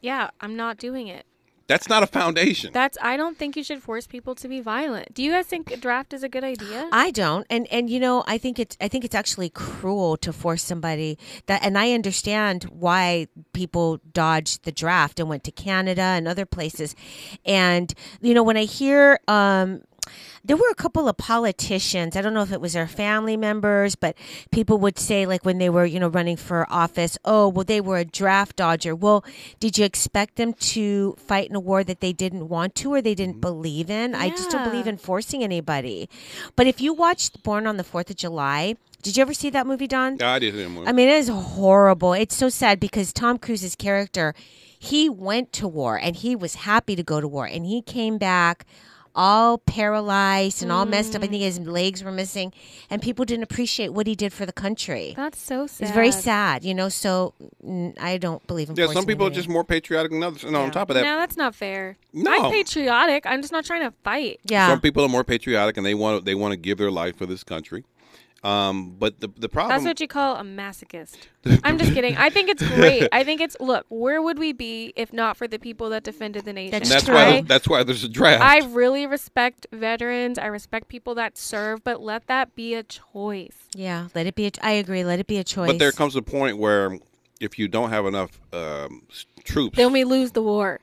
[SPEAKER 5] Yeah, I'm not doing it.
[SPEAKER 3] That's not a foundation.
[SPEAKER 5] That's. I don't think you should force people to be violent. Do you guys think a draft is a good idea?
[SPEAKER 4] I don't, and and you know, I think it's I think it's actually cruel to force somebody that, and I understand why people dodged the draft and went to Canada and other places, and you know, when I hear. Um, there were a couple of politicians. I don't know if it was their family members, but people would say, like when they were, you know, running for office, oh, well, they were a draft dodger. Well, did you expect them to fight in a war that they didn't want to or they didn't believe in? I just don't believe
[SPEAKER 5] Yeah.
[SPEAKER 4] in forcing anybody. But if you watched Born on the Fourth of July, did you ever see that movie, Don?
[SPEAKER 3] I did him.
[SPEAKER 4] I mean, it is horrible. It's so sad because Tom Cruise's character, he went to war and he was happy to go to war and he came back all paralyzed and all messed up. I think
[SPEAKER 5] Mm.
[SPEAKER 4] his legs were missing and people didn't appreciate what he did for the country.
[SPEAKER 5] That's so sad.
[SPEAKER 4] It's very sad, you know. So mm, I don't believe in.
[SPEAKER 3] yeah, some
[SPEAKER 4] forcing
[SPEAKER 3] people are
[SPEAKER 4] anybody.
[SPEAKER 3] just more patriotic than others. And on top of that,
[SPEAKER 5] no, that's not fair.
[SPEAKER 3] No.
[SPEAKER 5] I'm patriotic. I'm just not trying to fight.
[SPEAKER 3] Some people are more patriotic and they want to, they want to give their life for this country. Um, but the the problem
[SPEAKER 5] That's what you call a masochist. I'm just kidding. I think it's great. I think it's look. Where would we be if not for the people that defended the nation?
[SPEAKER 3] and that's why that's why there's a draft.
[SPEAKER 5] I really respect veterans. I respect people that serve, but let that be a choice.
[SPEAKER 4] Yeah, let it be. A, I agree. Let it be a choice.
[SPEAKER 3] but there comes a point where if you don't have enough um, s- troops,
[SPEAKER 5] Then we lose the war.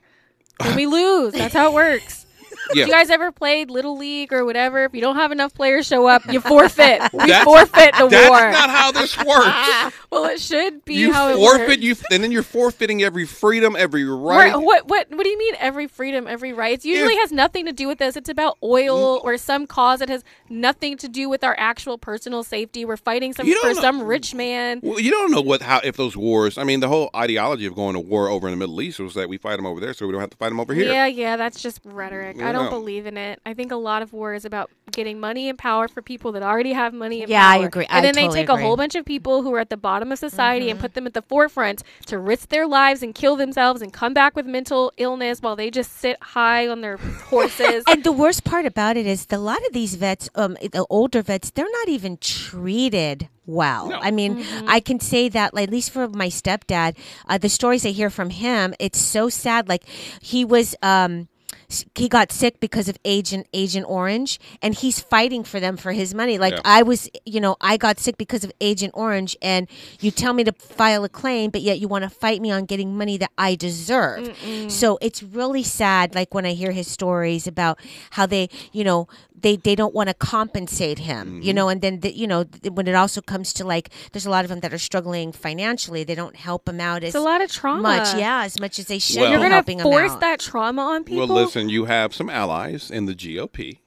[SPEAKER 5] Then we lose. That's how it works.
[SPEAKER 3] Yeah.
[SPEAKER 5] If you guys ever played little league or whatever, if you don't have enough players show up, you forfeit. We
[SPEAKER 3] That's-
[SPEAKER 5] forfeit the
[SPEAKER 3] that's
[SPEAKER 5] war.
[SPEAKER 3] not how this works.
[SPEAKER 5] well, it should be
[SPEAKER 3] you
[SPEAKER 5] how it
[SPEAKER 3] forfeit
[SPEAKER 5] works.
[SPEAKER 3] you, and then you're forfeiting every freedom, every right.
[SPEAKER 5] Where- What, what what do you mean every freedom, every right? It usually has nothing to do with this. It's about oil or some cause that has nothing to do with our actual personal safety. We're fighting some
[SPEAKER 3] You don't
[SPEAKER 5] for
[SPEAKER 3] know-
[SPEAKER 5] some rich man.
[SPEAKER 3] Well, you don't know what how if those wars. I mean, the whole ideology of going to war over in the Middle East was that we fight them over there, so we don't have to fight them over here.
[SPEAKER 5] Yeah, yeah, that's just rhetoric. I
[SPEAKER 3] You
[SPEAKER 5] don't
[SPEAKER 3] know.
[SPEAKER 5] believe in it. I think a lot of war is about getting money and power for people that already have money and
[SPEAKER 4] Yeah, I
[SPEAKER 5] power.
[SPEAKER 4] agree.
[SPEAKER 5] And
[SPEAKER 4] I
[SPEAKER 5] then
[SPEAKER 4] totally
[SPEAKER 5] they take a
[SPEAKER 4] agree.
[SPEAKER 5] whole bunch of people who are at the bottom of society
[SPEAKER 3] Mm-hmm.
[SPEAKER 5] and put them at the forefront to risk their lives and kill themselves and come back with mental illness while they just sit high on their horses.
[SPEAKER 4] and the worst part about it is the, a lot of these vets, um, the older vets, they're not even treated well. I mean, I can say that like, at least for my stepdad, uh, the stories I hear from him, it's so sad. Like he was. Um, s- he got sick because of Agent Agent Orange, and he's fighting for them for his money. Like
[SPEAKER 14] Yeah.
[SPEAKER 4] I was, you know, I got sick because of Agent Orange, and you tell me to file a claim, but yet you want to fight me on getting money that I deserve. So it's really sad. Like when I hear his stories about how they, you know, they they don't want to compensate him,
[SPEAKER 3] Mm-hmm.
[SPEAKER 4] you
[SPEAKER 14] Mhm.
[SPEAKER 4] know, and then the, you know th- when it also comes to like, there's a lot of them that are struggling financially. They don't help him out as
[SPEAKER 5] It's a lot of trauma.
[SPEAKER 4] much, yeah, as much as they should.
[SPEAKER 3] Well-
[SPEAKER 4] be
[SPEAKER 3] You're gonna
[SPEAKER 4] helping 'em
[SPEAKER 5] force
[SPEAKER 4] out.
[SPEAKER 5] that trauma on people.
[SPEAKER 3] Well, listen, you have some allies in the GOP.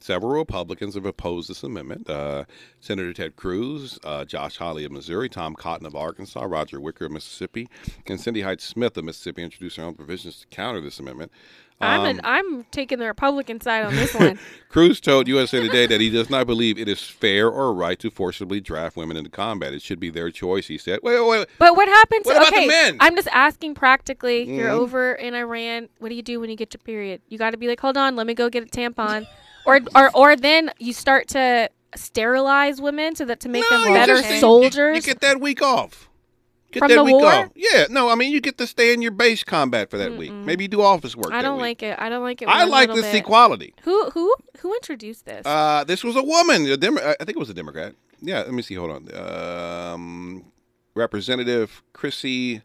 [SPEAKER 3] Several Republicans have opposed this amendment. Uh, Senator Ted Cruz, uh, Josh Hawley of Missouri, Tom Cotton of Arkansas, Roger Wicker of Mississippi, and Cindy Hyde Smith of Mississippi introduced their own provisions to counter this amendment.
[SPEAKER 5] I'm
[SPEAKER 3] Um,
[SPEAKER 5] an, I'm taking the Republican side on this one.
[SPEAKER 3] Cruz told USA Today that he does not believe it is fair or right to forcibly draft women into combat. It should be their choice, he said. Wait, wait, wait.
[SPEAKER 5] But what happens?
[SPEAKER 3] What about the
[SPEAKER 5] okay,
[SPEAKER 3] men?
[SPEAKER 5] I'm just asking practically. You're
[SPEAKER 3] Mhm.
[SPEAKER 5] over in Iran. What do you do when you get your period? You got to be like, hold on, let me go get a tampon, or or or then you start to sterilize women so that to make them
[SPEAKER 3] you
[SPEAKER 5] better
[SPEAKER 3] just- you-
[SPEAKER 5] soldiers.
[SPEAKER 3] you get that week off. Get
[SPEAKER 5] From
[SPEAKER 3] that
[SPEAKER 5] the
[SPEAKER 3] week
[SPEAKER 5] war?
[SPEAKER 3] off. Yeah, no, I mean, you get to stay in your base combat for that week. Maybe you do office work.
[SPEAKER 5] I
[SPEAKER 3] that
[SPEAKER 5] don't
[SPEAKER 3] week.
[SPEAKER 5] like it. I don't like it.
[SPEAKER 3] I
[SPEAKER 5] one
[SPEAKER 3] like
[SPEAKER 5] little
[SPEAKER 3] this
[SPEAKER 5] bit.
[SPEAKER 3] equality.
[SPEAKER 5] Who who who introduced this?
[SPEAKER 3] Uh, this was a woman. A Demo- I think it was a Democrat. Yeah, let me see. Hold on. Um, Representative Chrissy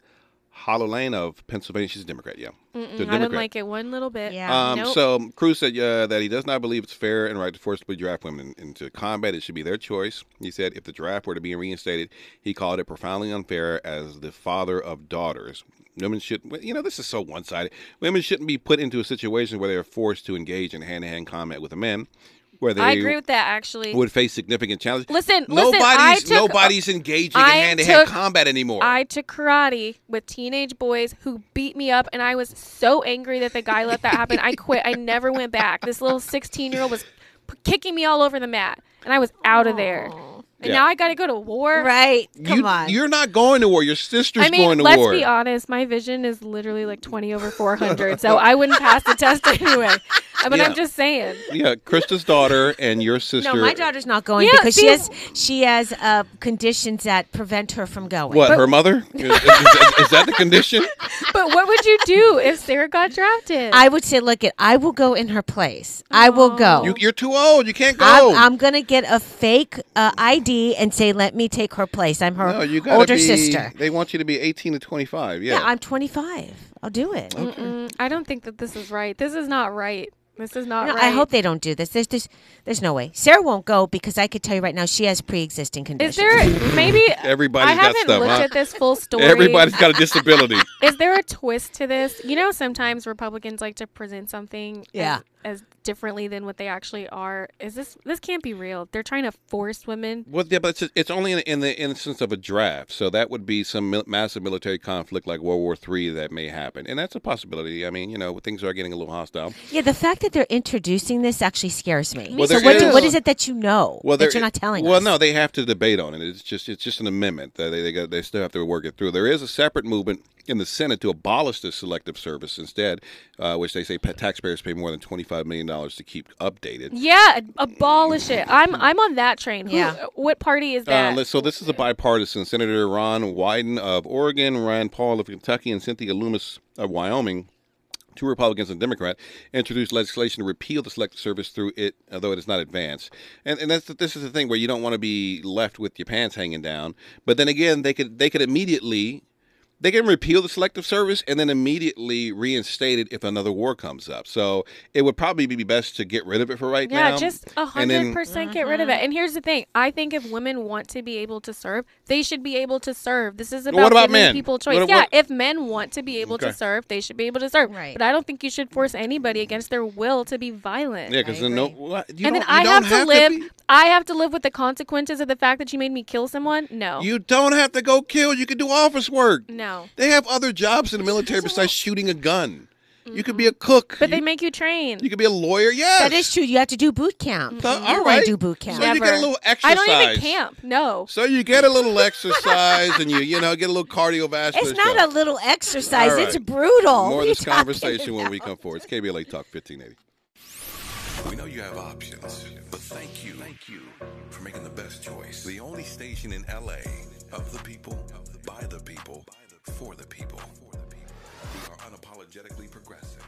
[SPEAKER 3] Hololane of Pennsylvania. She's a Democrat. Yeah,
[SPEAKER 5] Mm-mm,
[SPEAKER 3] She's a
[SPEAKER 5] I don't
[SPEAKER 3] Democrat.
[SPEAKER 5] like it one little bit.
[SPEAKER 3] Um,
[SPEAKER 5] Nope.
[SPEAKER 3] So Cruz said uh, that he does not believe it's fair and right to forcibly draft women in- into combat. It should be their choice. He said if the draft were to be reinstated, he called it profoundly unfair as the father of daughters. Women should, well, you know, this is so one sided. Women shouldn't be put into a situation where they are forced to engage in hand to hand combat with a man, where they
[SPEAKER 5] I agree with that actually.
[SPEAKER 3] would face significant challenges.
[SPEAKER 5] Listen, listen,
[SPEAKER 3] nobody's
[SPEAKER 5] I took-
[SPEAKER 3] nobody's engaging in
[SPEAKER 5] I
[SPEAKER 3] hand to hand
[SPEAKER 5] took-
[SPEAKER 3] combat anymore.
[SPEAKER 5] I took karate with teenage boys who beat me up, and I was so angry that the guy let that happen. I quit. I never went back. This little 16 year old was p- kicking me all over the mat, and I was out of there. And
[SPEAKER 3] Yeah.
[SPEAKER 5] now I got to go to war.
[SPEAKER 4] Right.
[SPEAKER 3] Come you, on. You're not going to war. Your sister's
[SPEAKER 5] I mean,
[SPEAKER 3] going to
[SPEAKER 5] let's
[SPEAKER 3] war.
[SPEAKER 5] be honest. My vision is literally like 20 over 400, so I wouldn't pass the test anyway. But
[SPEAKER 3] Yeah.
[SPEAKER 5] I'm just saying.
[SPEAKER 3] Yeah, Krista's daughter and your sister.
[SPEAKER 4] No, my daughter's not going
[SPEAKER 5] Yeah,
[SPEAKER 4] because
[SPEAKER 5] see,
[SPEAKER 4] she has she has uh, conditions that prevent her from going.
[SPEAKER 3] What, her mother? Is, is- is- is that the condition?
[SPEAKER 5] But what would you do if Sarah got drafted?
[SPEAKER 4] I would say, look, it. I will go in her place. I will go.
[SPEAKER 3] You, are too old. You can't go.
[SPEAKER 4] I'm, I'm gonna get a fake uh, ID and say, let me take her place. I'm her
[SPEAKER 3] no, you gotta
[SPEAKER 4] older
[SPEAKER 3] be-
[SPEAKER 4] sister.
[SPEAKER 3] They want you to be 18 to 25. Yeah.
[SPEAKER 4] Yeah. I'm 25. I'll do it.
[SPEAKER 5] Mm-mm. Mm, I don't think that this is right. This is not right. This is not
[SPEAKER 4] No,
[SPEAKER 5] right.
[SPEAKER 4] I hope they don't do this. There's, there's, there's no way. Sarah won't go because I could tell you right now she has pre-existing
[SPEAKER 5] Is
[SPEAKER 4] conditions.
[SPEAKER 5] there maybe
[SPEAKER 3] Everybody's
[SPEAKER 5] I
[SPEAKER 3] got
[SPEAKER 5] haven't
[SPEAKER 3] stuff,
[SPEAKER 5] looked
[SPEAKER 3] huh?
[SPEAKER 5] at this full story.
[SPEAKER 3] Everybody's got a disability.
[SPEAKER 5] Is there a twist to this? You know, sometimes Republicans like to present something as-
[SPEAKER 4] Yeah.
[SPEAKER 5] as, differently than what they actually are. Is this this can't be real? They're trying to force women.
[SPEAKER 3] well, yeah, but it's, it's only in, in the instance of a draft. So that would be some mil- massive military conflict like World War III that may happen. And that's a possibility. I mean, you know, things are getting a little hostile.
[SPEAKER 4] Yeah, the fact that they're introducing this actually scares me.
[SPEAKER 3] Well,
[SPEAKER 4] so
[SPEAKER 3] there
[SPEAKER 4] what, do-
[SPEAKER 3] is-
[SPEAKER 4] what is it that you know
[SPEAKER 3] there-
[SPEAKER 4] that you're not telling
[SPEAKER 3] Well,
[SPEAKER 4] us?
[SPEAKER 3] no, they have to debate on it. It's just it's just an amendment. They they, they, got, they still have to work it through. There is a separate movement in the Senate to abolish this selective service instead, uh, which they say pa- taxpayers pay more than $25 million to keep updated.
[SPEAKER 5] Yeah, abolish it. I'm I'm on that train. Who,
[SPEAKER 4] Yeah.
[SPEAKER 5] What party is
[SPEAKER 3] Uh,
[SPEAKER 5] that?
[SPEAKER 3] let's- so this is a bipartisan. Senator Ron Wyden of Oregon, Rand Paul of Kentucky, and Cynthia Loomis of Wyoming, two Republicans and Democrat, introduced legislation to repeal the Select Service through it, although it is not advanced. And, and that's this is the thing where you don't want to be left with your pants hanging down. But then again, they could they could immediately they can repeal the selective service and then immediately reinstate it if another war comes up. So it would probably be best to get rid of it for right now.
[SPEAKER 5] yeah, just a
[SPEAKER 3] and then-
[SPEAKER 5] hundred percent get rid of it. And here's the thing: I think if women want to be able to serve, they should be able to serve. This is
[SPEAKER 3] Well,
[SPEAKER 5] about
[SPEAKER 3] what about
[SPEAKER 5] giving
[SPEAKER 3] men?
[SPEAKER 5] people choice.
[SPEAKER 3] What-
[SPEAKER 5] yeah,
[SPEAKER 3] what-
[SPEAKER 5] if men want to be able
[SPEAKER 3] Okay.
[SPEAKER 5] to serve, they should be able to serve.
[SPEAKER 4] Right.
[SPEAKER 5] But I don't think you should force anybody against their will to be violent.
[SPEAKER 3] Yeah, because then no. What? You
[SPEAKER 5] and
[SPEAKER 3] don't-
[SPEAKER 5] then
[SPEAKER 3] you
[SPEAKER 5] I
[SPEAKER 3] don't
[SPEAKER 5] have, to live.
[SPEAKER 3] be-
[SPEAKER 5] I have to live with the consequences of the fact that you made me kill someone. No,
[SPEAKER 3] You don't have to go kill. You can do office work.
[SPEAKER 5] no.
[SPEAKER 3] They have other jobs in the military besides shooting a gun. You could be a cook.
[SPEAKER 5] But
[SPEAKER 3] you,
[SPEAKER 5] they make you train.
[SPEAKER 3] you could be a lawyer. Yes.
[SPEAKER 4] That is true. You have to do boot camp.
[SPEAKER 3] So-
[SPEAKER 4] You
[SPEAKER 3] all
[SPEAKER 4] wanna
[SPEAKER 3] right.
[SPEAKER 4] do boot camp.
[SPEAKER 3] So you get a little
[SPEAKER 5] I
[SPEAKER 3] exercise.
[SPEAKER 5] don't even camp. No.
[SPEAKER 3] So you get a little exercise and you you know get a little cardiovascular.
[SPEAKER 4] It's not
[SPEAKER 3] stuff.
[SPEAKER 4] a little exercise.
[SPEAKER 3] All
[SPEAKER 4] It's
[SPEAKER 3] right. More
[SPEAKER 4] brutal. What
[SPEAKER 3] of
[SPEAKER 4] are you
[SPEAKER 3] this
[SPEAKER 4] talking
[SPEAKER 3] conversation when
[SPEAKER 4] about?
[SPEAKER 3] we come forward. It's KBLA Talk 1580.
[SPEAKER 1] We know you have options, but thank you, thank you for making the best choice. The only station in LA of the people, by the people, for the people. We are unapologetically progressive.